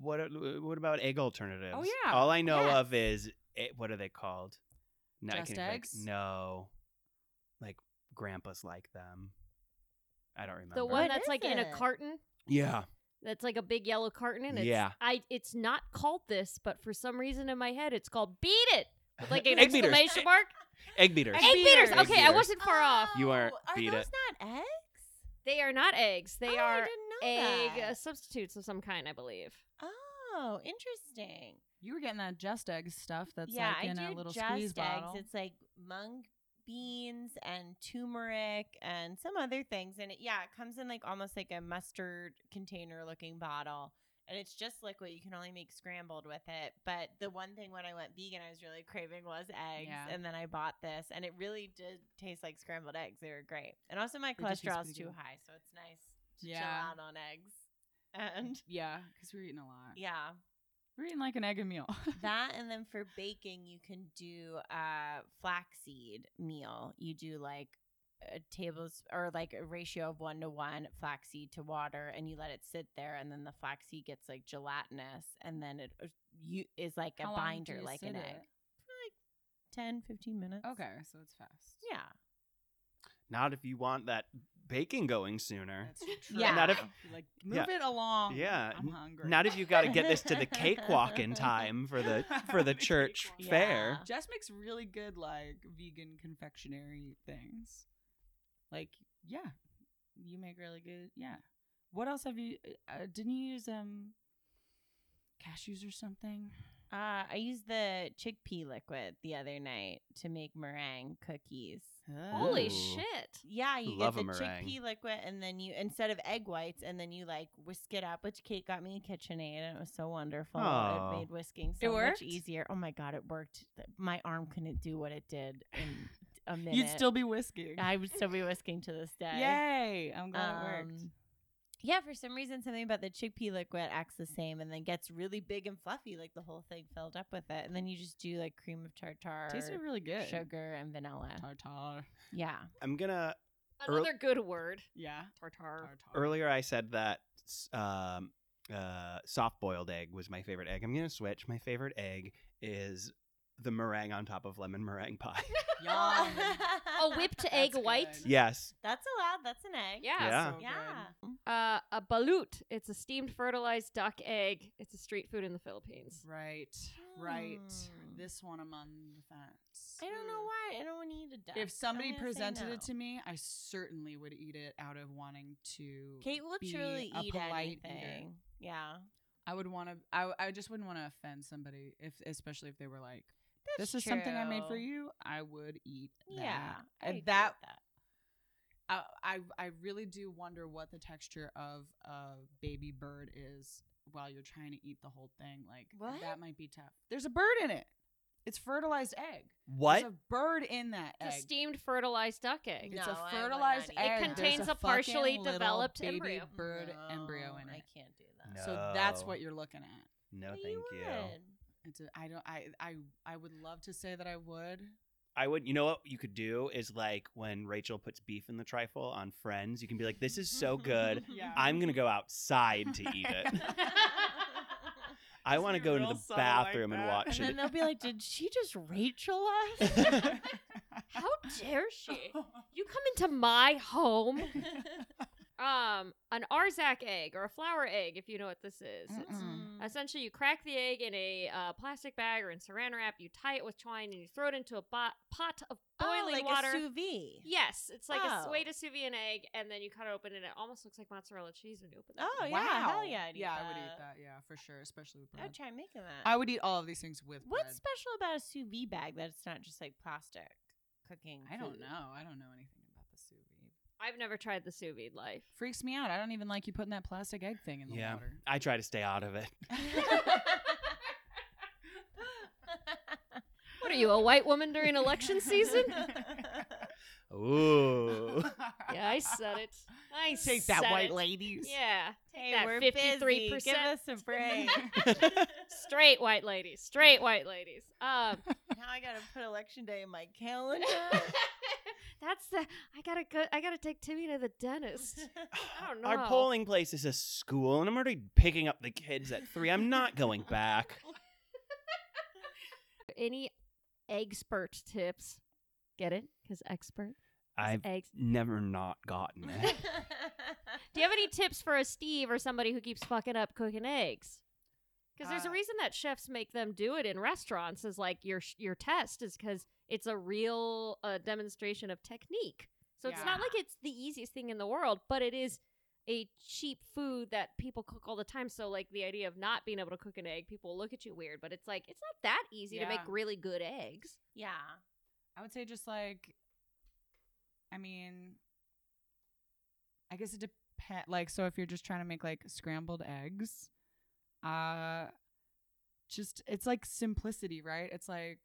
S3: what what about egg alternatives
S5: Oh, yeah.
S3: all i know
S2: Yeah.
S3: of is eh, what are they called no, I
S5: Just
S3: can't even-
S5: eggs?
S3: no like grandpas like them i don't remember
S2: the one
S6: What
S2: that's
S6: is
S2: like in a
S6: it?
S2: carton.
S3: yeah
S2: That's like a big yellow carton, and it's,
S3: Yeah.
S2: I it's not called this, but for some reason in my head, it's called "Beat It" with like an
S3: Egg beaters.
S2: exclamation mark.
S3: egg beaters
S2: Egg beaters.
S3: Egg
S2: Okay, I
S3: beaters.
S2: wasn't far off.
S3: You aren't
S6: Oh, Are
S3: beat
S6: those
S3: it.
S6: not eggs?
S2: They are not eggs. They
S6: Oh, I
S2: are
S6: didn't know
S2: egg uh,
S6: that.
S2: substitutes of some kind, I believe.
S6: Oh, interesting.
S5: You were getting that just egg stuff that's
S6: yeah,
S5: like in
S6: I
S5: a
S6: do
S5: little
S6: just
S5: squeeze
S6: eggs.
S5: bottle.
S6: It's like mung beans and turmeric and some other things, and it yeah, it comes in like almost like a mustard container looking bottle. And it's just liquid. You can only make scrambled with it. But the one thing when I went vegan, I was really craving was eggs.
S5: Yeah.
S6: And then I bought this, and it really did taste like scrambled eggs. They were great. And also, my
S5: They do taste
S6: cholesterol's
S5: pretty
S6: too
S5: good.
S6: high, so it's nice to chill
S5: yeah.
S6: out on eggs. And
S5: Yeah, because we're eating a lot.
S6: yeah,
S5: We're eating like an egg a meal.
S6: that and then for baking you can do a flaxseed meal you do like a tables or like a ratio of one to one flaxseed to water and you let it sit there and then the flaxseed gets like gelatinous and then it uh, you is like a
S5: How long do
S6: binder
S5: you
S6: like
S5: sit
S6: an
S5: it?
S6: egg for like 10 15 minutes
S5: Okay, so it's fast.
S6: yeah
S3: not if you want that baking going sooner
S5: That's true.
S6: Yeah.
S3: Not if-
S5: You're like move it along.
S3: Yeah,
S5: I'm
S3: n-
S5: hungry.
S3: not if you got to get this to the cakewalk in time for the for the
S5: The
S3: church
S5: cakewalk.
S3: fair
S6: Yeah.
S5: Jess makes really good like vegan confectionery things. Like yeah, you make really good. Yeah. What else have you? Uh, didn't you use um cashews or something?
S6: uh, i used the chickpea liquid the other night to make meringue cookies
S2: Holy
S3: Ooh.
S2: shit!
S6: Yeah, you
S3: Love
S6: get
S3: a
S6: the
S3: meringue.
S6: chickpea liquid, and then you instead of egg whites, and then you like whisk it up, which Kate got me a KitchenAid, and it was so wonderful.
S3: Aw.
S6: It made whisking
S5: It
S6: so
S5: worked?
S6: much easier. Oh my god, it worked. Th- My arm couldn't do what it did in a minute.
S5: You'd still be whisking.
S6: I would still be whisking to this day.
S5: Yay! I'm glad it worked.
S6: Um, Yeah, for some reason, something about the chickpea liquid acts the same, and then gets really big and fluffy, like the whole thing filled up with it, and then you just do like cream of tartar,
S5: Tasted really good.
S6: sugar, and vanilla.
S5: Tartar.
S6: Yeah.
S3: i'm gonna Earl-
S2: Another good word.
S5: Yeah.
S2: Tartar.
S3: earlier I said that s- um, uh, soft boiled egg was my favorite egg. I'm gonna switch. My favorite egg is the meringue on top of lemon meringue pie.
S5: Oh,
S2: A whipped egg
S5: That's
S2: white.
S5: good.
S3: yes.
S6: That's allowed. That's an egg.
S2: Yeah.
S3: Yeah.
S5: So
S6: Yeah.
S5: Oh, good.
S2: Uh, a balut. It's a steamed fertilized duck egg. It's a street food in the Philippines.
S5: Right. Right.
S6: Hmm.
S5: This one among the facts.
S6: I don't know why. I don't want to eat a duck.
S5: If somebody presented it to me, I certainly would eat it out of wanting to.
S6: Kate will
S5: be
S6: truly
S5: a
S6: eat
S5: polite eater.
S6: anything. Yeah.
S5: I would want to. I, I just wouldn't want to offend somebody, if especially if they were like,
S6: That's
S5: "This is something I made for
S6: true.
S5: you." I would eat.
S6: Yeah.
S5: that.
S6: I
S5: And
S6: agree with
S5: that.
S6: that.
S5: I, I I really do wonder what the texture of a baby bird is while you're trying to eat the whole thing. Like
S6: What?
S5: that might be tough. There's a bird in it. It's fertilized egg.
S1: What?
S5: There's a bird in that
S2: It's a
S5: egg.
S2: steamed fertilized duck egg.
S5: It's
S6: No,
S5: a
S6: I would not
S5: fertilized
S6: eat that.
S5: egg.
S6: It
S5: There's
S2: contains a
S5: fucking
S2: partially
S5: little
S2: developed
S5: baby
S2: embryo.
S5: Bird embryo in
S6: No,
S5: it.
S6: I can't do that.
S1: No.
S5: So that's
S1: No.
S5: what you're looking at.
S1: No,
S6: You
S1: thank you.
S6: would.
S5: It's a, I don't. I, I I would love to say that I would.
S3: I would. You know what you could do is like when Rachel puts beef in the trifle on Friends. You can be like, "This is so good.
S5: Yeah.
S3: I'm gonna go outside to eat it. I
S5: Just
S3: want to
S5: be
S3: go into
S5: real
S3: the
S5: subtle like
S3: bathroom and
S5: that.
S6: And
S3: watch
S6: then
S3: it."
S6: they'll be like, "Did she just Rachel us?"
S2: How dare she?
S6: Oh,
S2: You come into my home.
S5: Mm.
S2: um, an Arzac egg or a flour egg, if you know what this is. It's
S5: Mm.
S2: Essentially, you crack the egg in a uh, plastic bag or in saran wrap. You tie it with twine and you throw it into a bo- pot of boiling
S6: oh, like
S2: water.
S6: a sous vide.
S2: yes, it's like a s-
S6: Oh.
S2: way to sous vide an egg, and then you cut it open, and it almost looks like mozzarella cheese when you open it.
S6: Oh yeah,
S5: Wow.
S6: hell yeah, I'd eat
S5: yeah,
S6: that.
S5: I would eat that. Yeah, for sure, especially with
S6: I
S5: bread.
S6: would try making that.
S5: I would eat all of these things with
S6: What's special about a sous vide bag that it's not just like plastic cooking?
S5: bread. I don't
S6: food?
S5: know. I don't know anything about the sous vide.
S2: I've never tried the sous vide life.
S5: Freaks me out. I don't even like you putting that plastic egg thing in the
S3: yeah,
S5: water.
S3: I try to stay out of it.
S2: What are you, a white woman during election season?
S3: Ooh.
S2: Yeah, I said it. I
S5: Take
S2: said
S5: that, white
S2: it.
S5: ladies.
S2: Yeah,
S6: Hey,
S2: That
S6: we're
S2: 53%.
S6: busy. Give us a break.
S2: straight white ladies, straight white ladies. Um,
S6: now I gotta put election day in my calendar.
S2: that's the I gotta go. I gotta take Timmy to the dentist. I don't know.
S3: Our polling place is a school, and I'm already picking up the kids at three. I'm not going back.
S2: Any expert tips? Get it? Because expert. 'Cause
S3: I've
S2: eggs.
S3: never not gotten it.
S2: Do you have any tips for a Steve or somebody who keeps fucking up cooking eggs? Because there's a
S5: Uh,
S2: reason that chefs make them do it in restaurants. Is like your sh- your test is because it's a real uh, demonstration of technique. So it's not
S5: Yeah.
S2: like it's the easiest thing in the world, but it is a cheap food that people cook all the time. So like the idea of not being able to cook an egg, people look at you weird. But it's like it's not that easy to make
S5: Yeah.
S2: really good eggs.
S6: yeah.
S5: I would say just like, I mean, I guess it depends. Like, so if you're just trying to make like scrambled eggs, uh, just it's like simplicity, right? It's like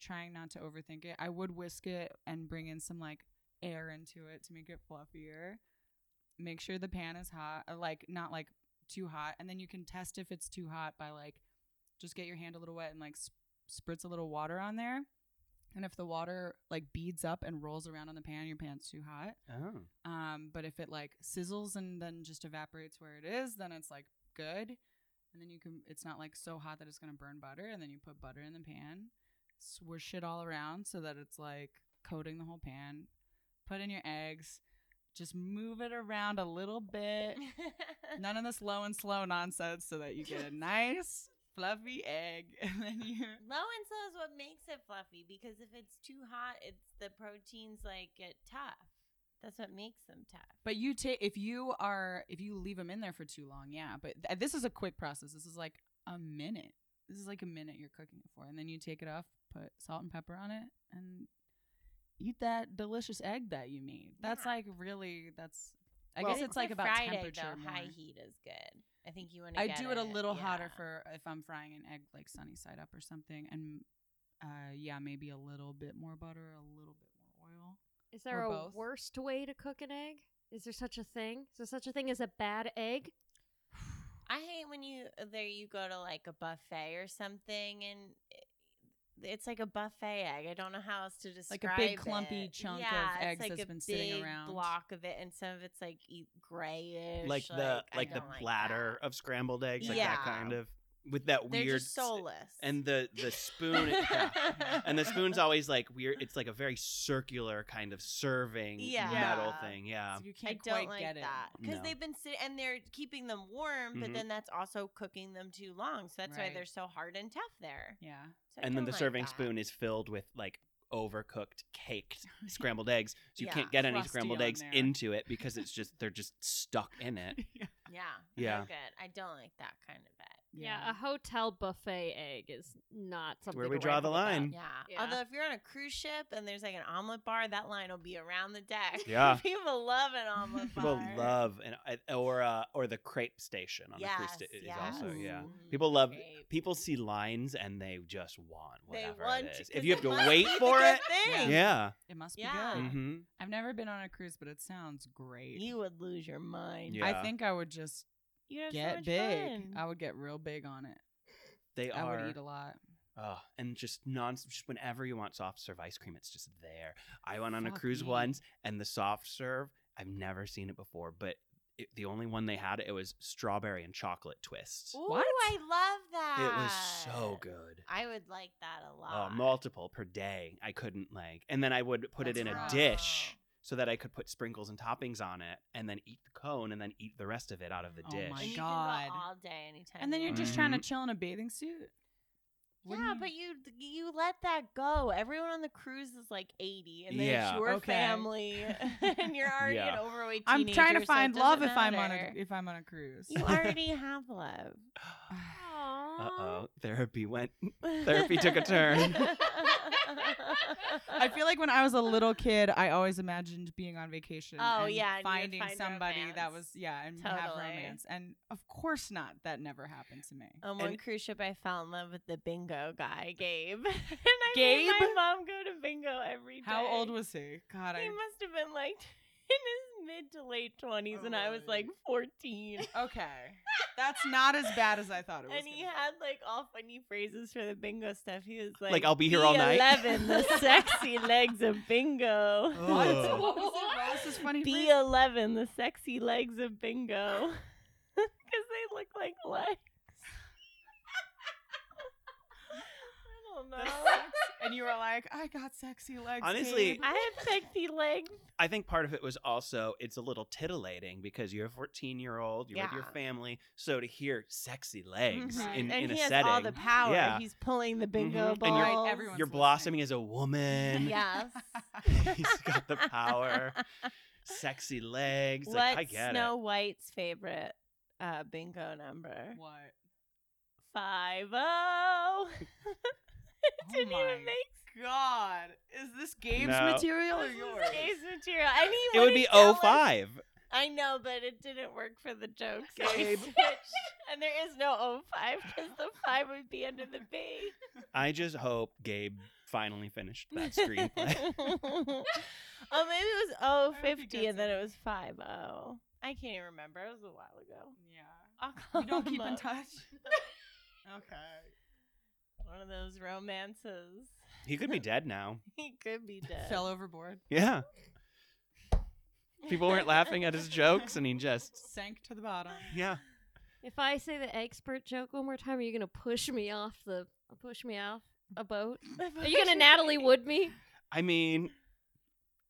S5: trying not to overthink it. I would whisk it and bring in some like air into it to make it fluffier. Make sure the pan is hot, uh, like not like too hot, and then you can test if it's too hot by like just get your hand a little wet and like sp- spritz a little water on there. And if the water like beads up and rolls around on the pan, your pan's too hot.
S3: Oh.
S5: Um, but if it like sizzles and then just evaporates where it is, then it's like good. And then you can, it's not like so hot that it's gonna burn butter. And then you put butter in the pan, swish it all around so that it's like coating the whole pan. Put in your eggs, just move it around a little bit. None of this low and slow nonsense so that you get a nice fluffy egg. And then you,
S6: Low and slow is what makes it fluffy because if it's too hot, it's the proteins like get tough. That's what makes them tough.
S5: But you take if you are if you leave them in there for too long, yeah. But th- this is a quick process. This is like a minute. This is like a minute you're cooking it for, and then you take it off, put salt and pepper on it, and eat that delicious egg that you made. That's
S6: Yeah.
S5: like really. That's I
S3: Well-
S5: guess it's like
S6: a
S5: about
S6: Friday,
S5: temperature.
S6: Though,
S5: more.
S6: High heat is good. I think you want to.
S5: I do it a little hotter for if I'm frying an egg like sunny side up or something, and uh, yeah, maybe a little bit more butter, a little bit more oil.
S2: Is there
S5: Or
S2: a
S5: both.
S2: worst way to cook an egg? Is there such a thing? Is there such a thing as a bad egg?
S6: I hate when you uh, there you go to like a buffet or something and it- it's like a buffet egg. I don't know how else to describe
S5: Like a big
S6: it.
S5: clumpy chunk of
S6: yeah,
S5: eggs
S6: it's like
S5: that's
S6: a
S5: been sitting
S6: big
S5: around.
S6: Block of it, and some of it's like e- grayish,
S3: Like the
S6: I
S3: like the
S6: don't
S3: platter
S6: that.
S3: of scrambled eggs, like that
S6: Yeah.
S3: kind of with that
S6: They're
S3: weird
S6: just
S3: s-
S6: soulless.
S3: and the the spoon yeah. and the spoon's always like weird. It's like a very circular kind of serving
S6: Yeah.
S3: metal
S6: Yeah.
S3: thing. Yeah.
S5: So you can't
S6: I don't
S5: quite
S6: like
S5: get
S6: that
S5: it.
S6: because
S3: No.
S6: they've been sitting and they're keeping them warm, but
S3: Mhm.
S6: then that's also cooking them too long. So that's
S5: Right.
S6: why they're so hard and tough there.
S5: Yeah.
S6: So I
S3: And then
S6: don't
S3: the
S6: like
S3: serving
S6: that.
S3: spoon is filled with like overcooked, caked scrambled eggs. So you
S6: Yeah.
S3: can't get any
S5: Crusty
S3: scrambled
S5: on
S3: eggs
S5: there.
S3: into it because it's just they're just stuck in it.
S5: yeah.
S6: Yeah.
S3: Yeah.
S6: no Good. I don't like that kind of bed.
S2: Yeah. a hotel buffet egg is not something
S3: where we
S2: to
S3: draw the
S2: ramble about.
S3: line.
S5: Mm.
S6: Yeah.
S2: Yeah.
S6: Although if you're on a cruise ship and there's like an omelet bar, that line will be around the deck.
S3: Yeah.
S6: People love an omelet bar.
S3: People love and or uh, or the crepe station on the cruise sta- is also yeah.
S6: yes.
S3: People love
S6: Crepe.
S3: people see lines and they just want
S6: They
S3: whatever
S6: want
S3: it
S6: to-
S3: is.
S6: 'cause
S3: If you have to
S6: must
S3: wait
S6: be the
S3: for
S6: good
S3: it,
S6: thing.
S3: yeah.
S5: It must
S6: Yeah.
S5: be good.
S3: hmm
S5: I've never been on a cruise, but it sounds great.
S6: You would lose your mind.
S3: Yeah.
S5: I think I would just
S6: You'd have so
S5: get
S6: much
S5: big.
S6: fun.
S5: I would get real big on it.
S3: They
S5: I
S3: are
S5: would eat a lot.
S3: Ugh, and just non just whenever you want soft serve ice cream, it's just there. I went on a
S5: Fuck
S3: cruise
S5: me.
S3: once and the soft serve, I've never seen it before, but it, the only one they had it was strawberry and chocolate twist.
S6: Ooh,
S5: What?
S6: I love that.
S3: It was so good.
S6: I would like that a
S3: Oh,
S6: lot.
S3: multiple per day. I couldn't like and then I would put it
S5: That's
S3: in
S5: rough.
S3: a dish so that I could put sprinkles and toppings on it and then eat the cone and then eat the rest of it out of the
S5: Oh
S3: dish.
S5: my
S6: and you can go
S5: God.
S6: all day, anytime.
S5: And then
S6: you
S5: you're
S6: want.
S5: just trying to chill in a bathing suit. Wouldn't
S6: Mm-hmm. Yeah,
S5: you-
S6: but you you let that go. Everyone on the cruise is like eighty, and then
S3: Yeah.
S6: it's your
S5: Okay.
S6: family, and you're already an
S3: Yeah.
S6: overweight.
S5: I'm
S6: teenager,
S5: trying
S6: so
S5: to
S6: it
S5: find
S6: doesn't
S5: love if I'm on a
S6: matter.
S5: if I'm on a cruise.
S6: You already have love.
S3: Uh
S2: Aw.
S3: oh. Therapy went Therapy took a turn.
S5: I feel like when I was a little kid, I always imagined being on vacation.
S6: Oh,
S5: and
S6: yeah, and you would
S5: finding
S6: find
S5: somebody that
S6: romance.
S5: was yeah, and have
S6: Totally. Oh,
S5: romance. And of course not. That never happened to me.
S6: On one
S3: And-
S6: cruise ship, I fell in love with the bingo guy, Gabe. and I
S5: Gabe?
S6: made my mom go to bingo every day.
S5: How old was he? God,
S6: he?
S5: I
S6: Must have been like in his mid to late twenties, and I was like fourteen.
S5: okay. That's not as bad as I thought it was.
S6: And he
S5: gonna be.
S6: had like all funny phrases for the bingo stuff. He was like,
S3: Like, "I'll be here all night."
S6: B11, the sexy legs of bingo.
S3: What?
S5: What was it? What was his Oh, funny phrase?
S6: B11, the sexy legs of bingo. Because they look like legs. I don't
S5: The
S6: know.
S5: sex- and you were like, I got sexy legs.
S3: Honestly,
S5: babe."
S6: I have sexy legs.
S3: I think part of it was also it's a little titillating because you're a 14 year old, you're with your
S6: Yeah. Mm-hmm,
S3: family, so to hear sexy legs
S5: Mhm.
S3: in,
S6: and
S3: in
S6: he
S3: a
S6: has
S3: setting,
S6: all the power.
S3: Yeah.
S6: He's pulling the bingo
S3: Mhm.
S6: ball.
S3: And you're-
S5: Right, everyone's
S3: you're
S5: listening.
S3: blossoming as a woman.
S6: Yes.
S3: He's got the power. Sexy legs.
S6: What's
S3: like, I get
S6: Snow White's favorite uh, bingo number?
S5: What?
S6: Five oh.
S3: Oh
S6: Didn't
S5: my
S6: even make
S5: God, is this Gabe's
S3: No.
S5: material or
S6: sense.
S5: yours?
S6: Gabe's material. And
S3: it.
S6: he
S3: It would be
S6: wouldn't tell
S3: oh
S6: us-
S3: five.
S6: I know, but it didn't work for the joke. So we
S3: Gabe.
S6: switched. And there is no oh five because the five would be under the B.
S3: I just hope Gabe finally finished that screenplay.
S6: oh, maybe it was oh
S5: hope he
S6: fifty, and
S5: gets
S6: then
S5: it.
S6: it was five oh. I can't even remember. It was a while ago.
S5: Yeah.
S6: I'll call
S5: You don't
S6: him
S5: keep in
S6: up.
S5: touch. okay.
S6: One of those romances.
S3: he could be dead now.
S6: He could be dead.
S5: Fell overboard.
S3: Yeah. People weren't laughing at his jokes, and he just
S5: Sank to the bottom.
S3: yeah.
S2: If I say the expert joke one more time, are you gonna push me off the push me off a boat? Are you gonna Natalie Wood me?
S3: I mean,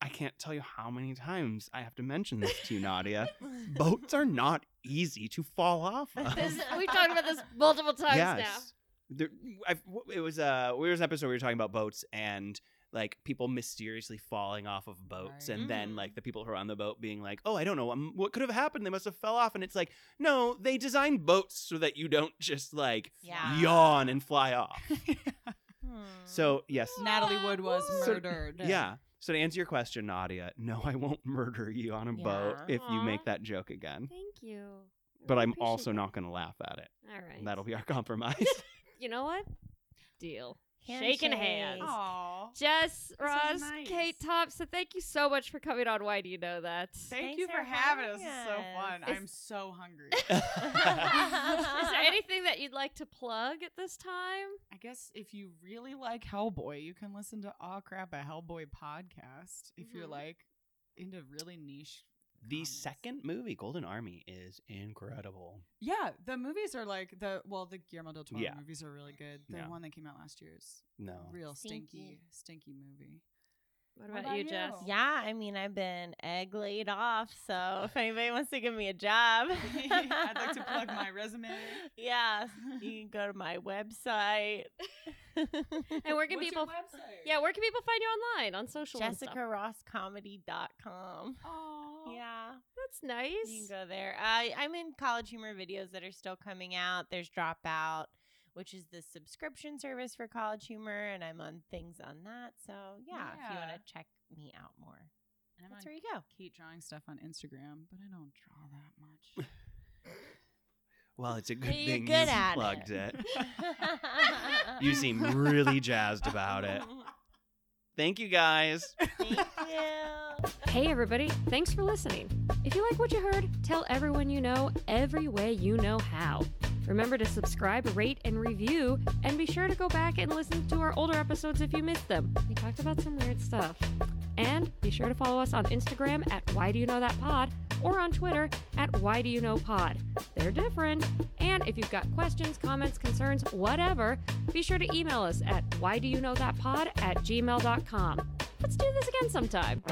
S3: I can't tell you how many times I have to mention this to you, Nadia. Boats are not easy to fall off of.
S2: This, we've talked about this multiple times now.
S3: yes. There, I've, w- it was uh, there was an episode where we were talking about boats and like people mysteriously falling off of boats,
S5: Right.
S3: and then
S2: Mm-hmm.
S6: Mhm.
S3: like the people who are on the boat being like, "Oh, I don't know um, what could have happened. They must have fell off." And it's like, no, they designed boats so that you don't just like
S6: Yeah.
S3: yawn and fly off.
S6: Hmm.
S3: So yes,
S5: Natalie Wood was
S3: So-
S5: murdered.
S3: Yeah. So to answer your question, Nadia, no, I won't murder you on a boat
S6: Yeah.
S3: if you
S2: Aw.
S3: make that joke again.
S2: Thank you.
S3: But
S2: I
S3: I'm
S2: appreciate
S3: also
S2: that.
S3: not going to laugh at it.
S2: All right.
S3: That'll be our compromise.
S2: You know what? Deal. Shaking hands.
S6: Handshake.
S5: Aw.
S2: Jess, Roz,
S5: nice.
S2: Kate Thompson, thank you so much for coming on. Why do you know that?
S5: Thank
S6: Thanks
S5: you for
S6: for
S5: having us.
S6: having
S5: This is so
S6: us.
S5: fun.
S6: It's-
S5: I'm so hungry.
S2: Is there anything that you'd like to plug at this time?
S5: I guess if you really like Hellboy, you can listen to Aw Crap a Hellboy podcast. If you're
S2: Mhm.
S5: like into really niche.
S3: the
S5: comments.
S3: second movie, Golden Army, is incredible.
S5: Yeah, the movies are like the well, the Guillermo del Toro
S3: Yeah.
S5: movies are really good. The
S3: Yeah.
S5: one that came out last year is
S3: No.
S5: real stinky,
S6: Stinky.
S5: stinky movie.
S2: What
S5: What
S2: about,
S5: about
S2: you,
S5: you?
S2: Jess?
S5: Yeah.
S6: Yeah, I mean, I've been egg laid off, so if anybody wants to give me a job,
S5: I'd like to plug my resume.
S6: Yeah, you can go to my website.
S2: And where can
S5: What's
S2: people?
S5: Your website?
S2: Yeah, where can people find you online on social? and stuff?
S6: JessicaRossComedy.com.
S5: Oh.
S6: Yeah,
S2: That's nice.
S6: you can go there. I I'm in college humor videos that are still coming out. There's Dropout, which is the subscription service for college humor, and I'm on things on that. So yeah, if you want
S5: Yeah.
S6: to check me out more,
S5: And I'm
S6: that's
S5: on
S6: where you go.
S5: Keep drawing stuff on Instagram, but I don't draw that much.
S1: Well, it's a good
S6: You're
S1: thing
S6: good
S1: you
S6: at
S1: plugged it.
S6: it.
S1: You seem really jazzed about it. Thank you guys.
S6: Thank you.
S2: Hey, everybody. Thanks for listening. If you like what you heard, tell everyone you know every way you know how. Remember to subscribe, rate, and review, and be sure to go back and listen to our older episodes if you missed them. We talked about some weird stuff. And be sure to follow us on Instagram at Why Do You Know That Pod or on Twitter at Why Do You Know Pod. They're different. And if you've got questions, comments, concerns, whatever, be sure to email us at Why Do You Know That Pod at gmail.com. Let's do this again sometime.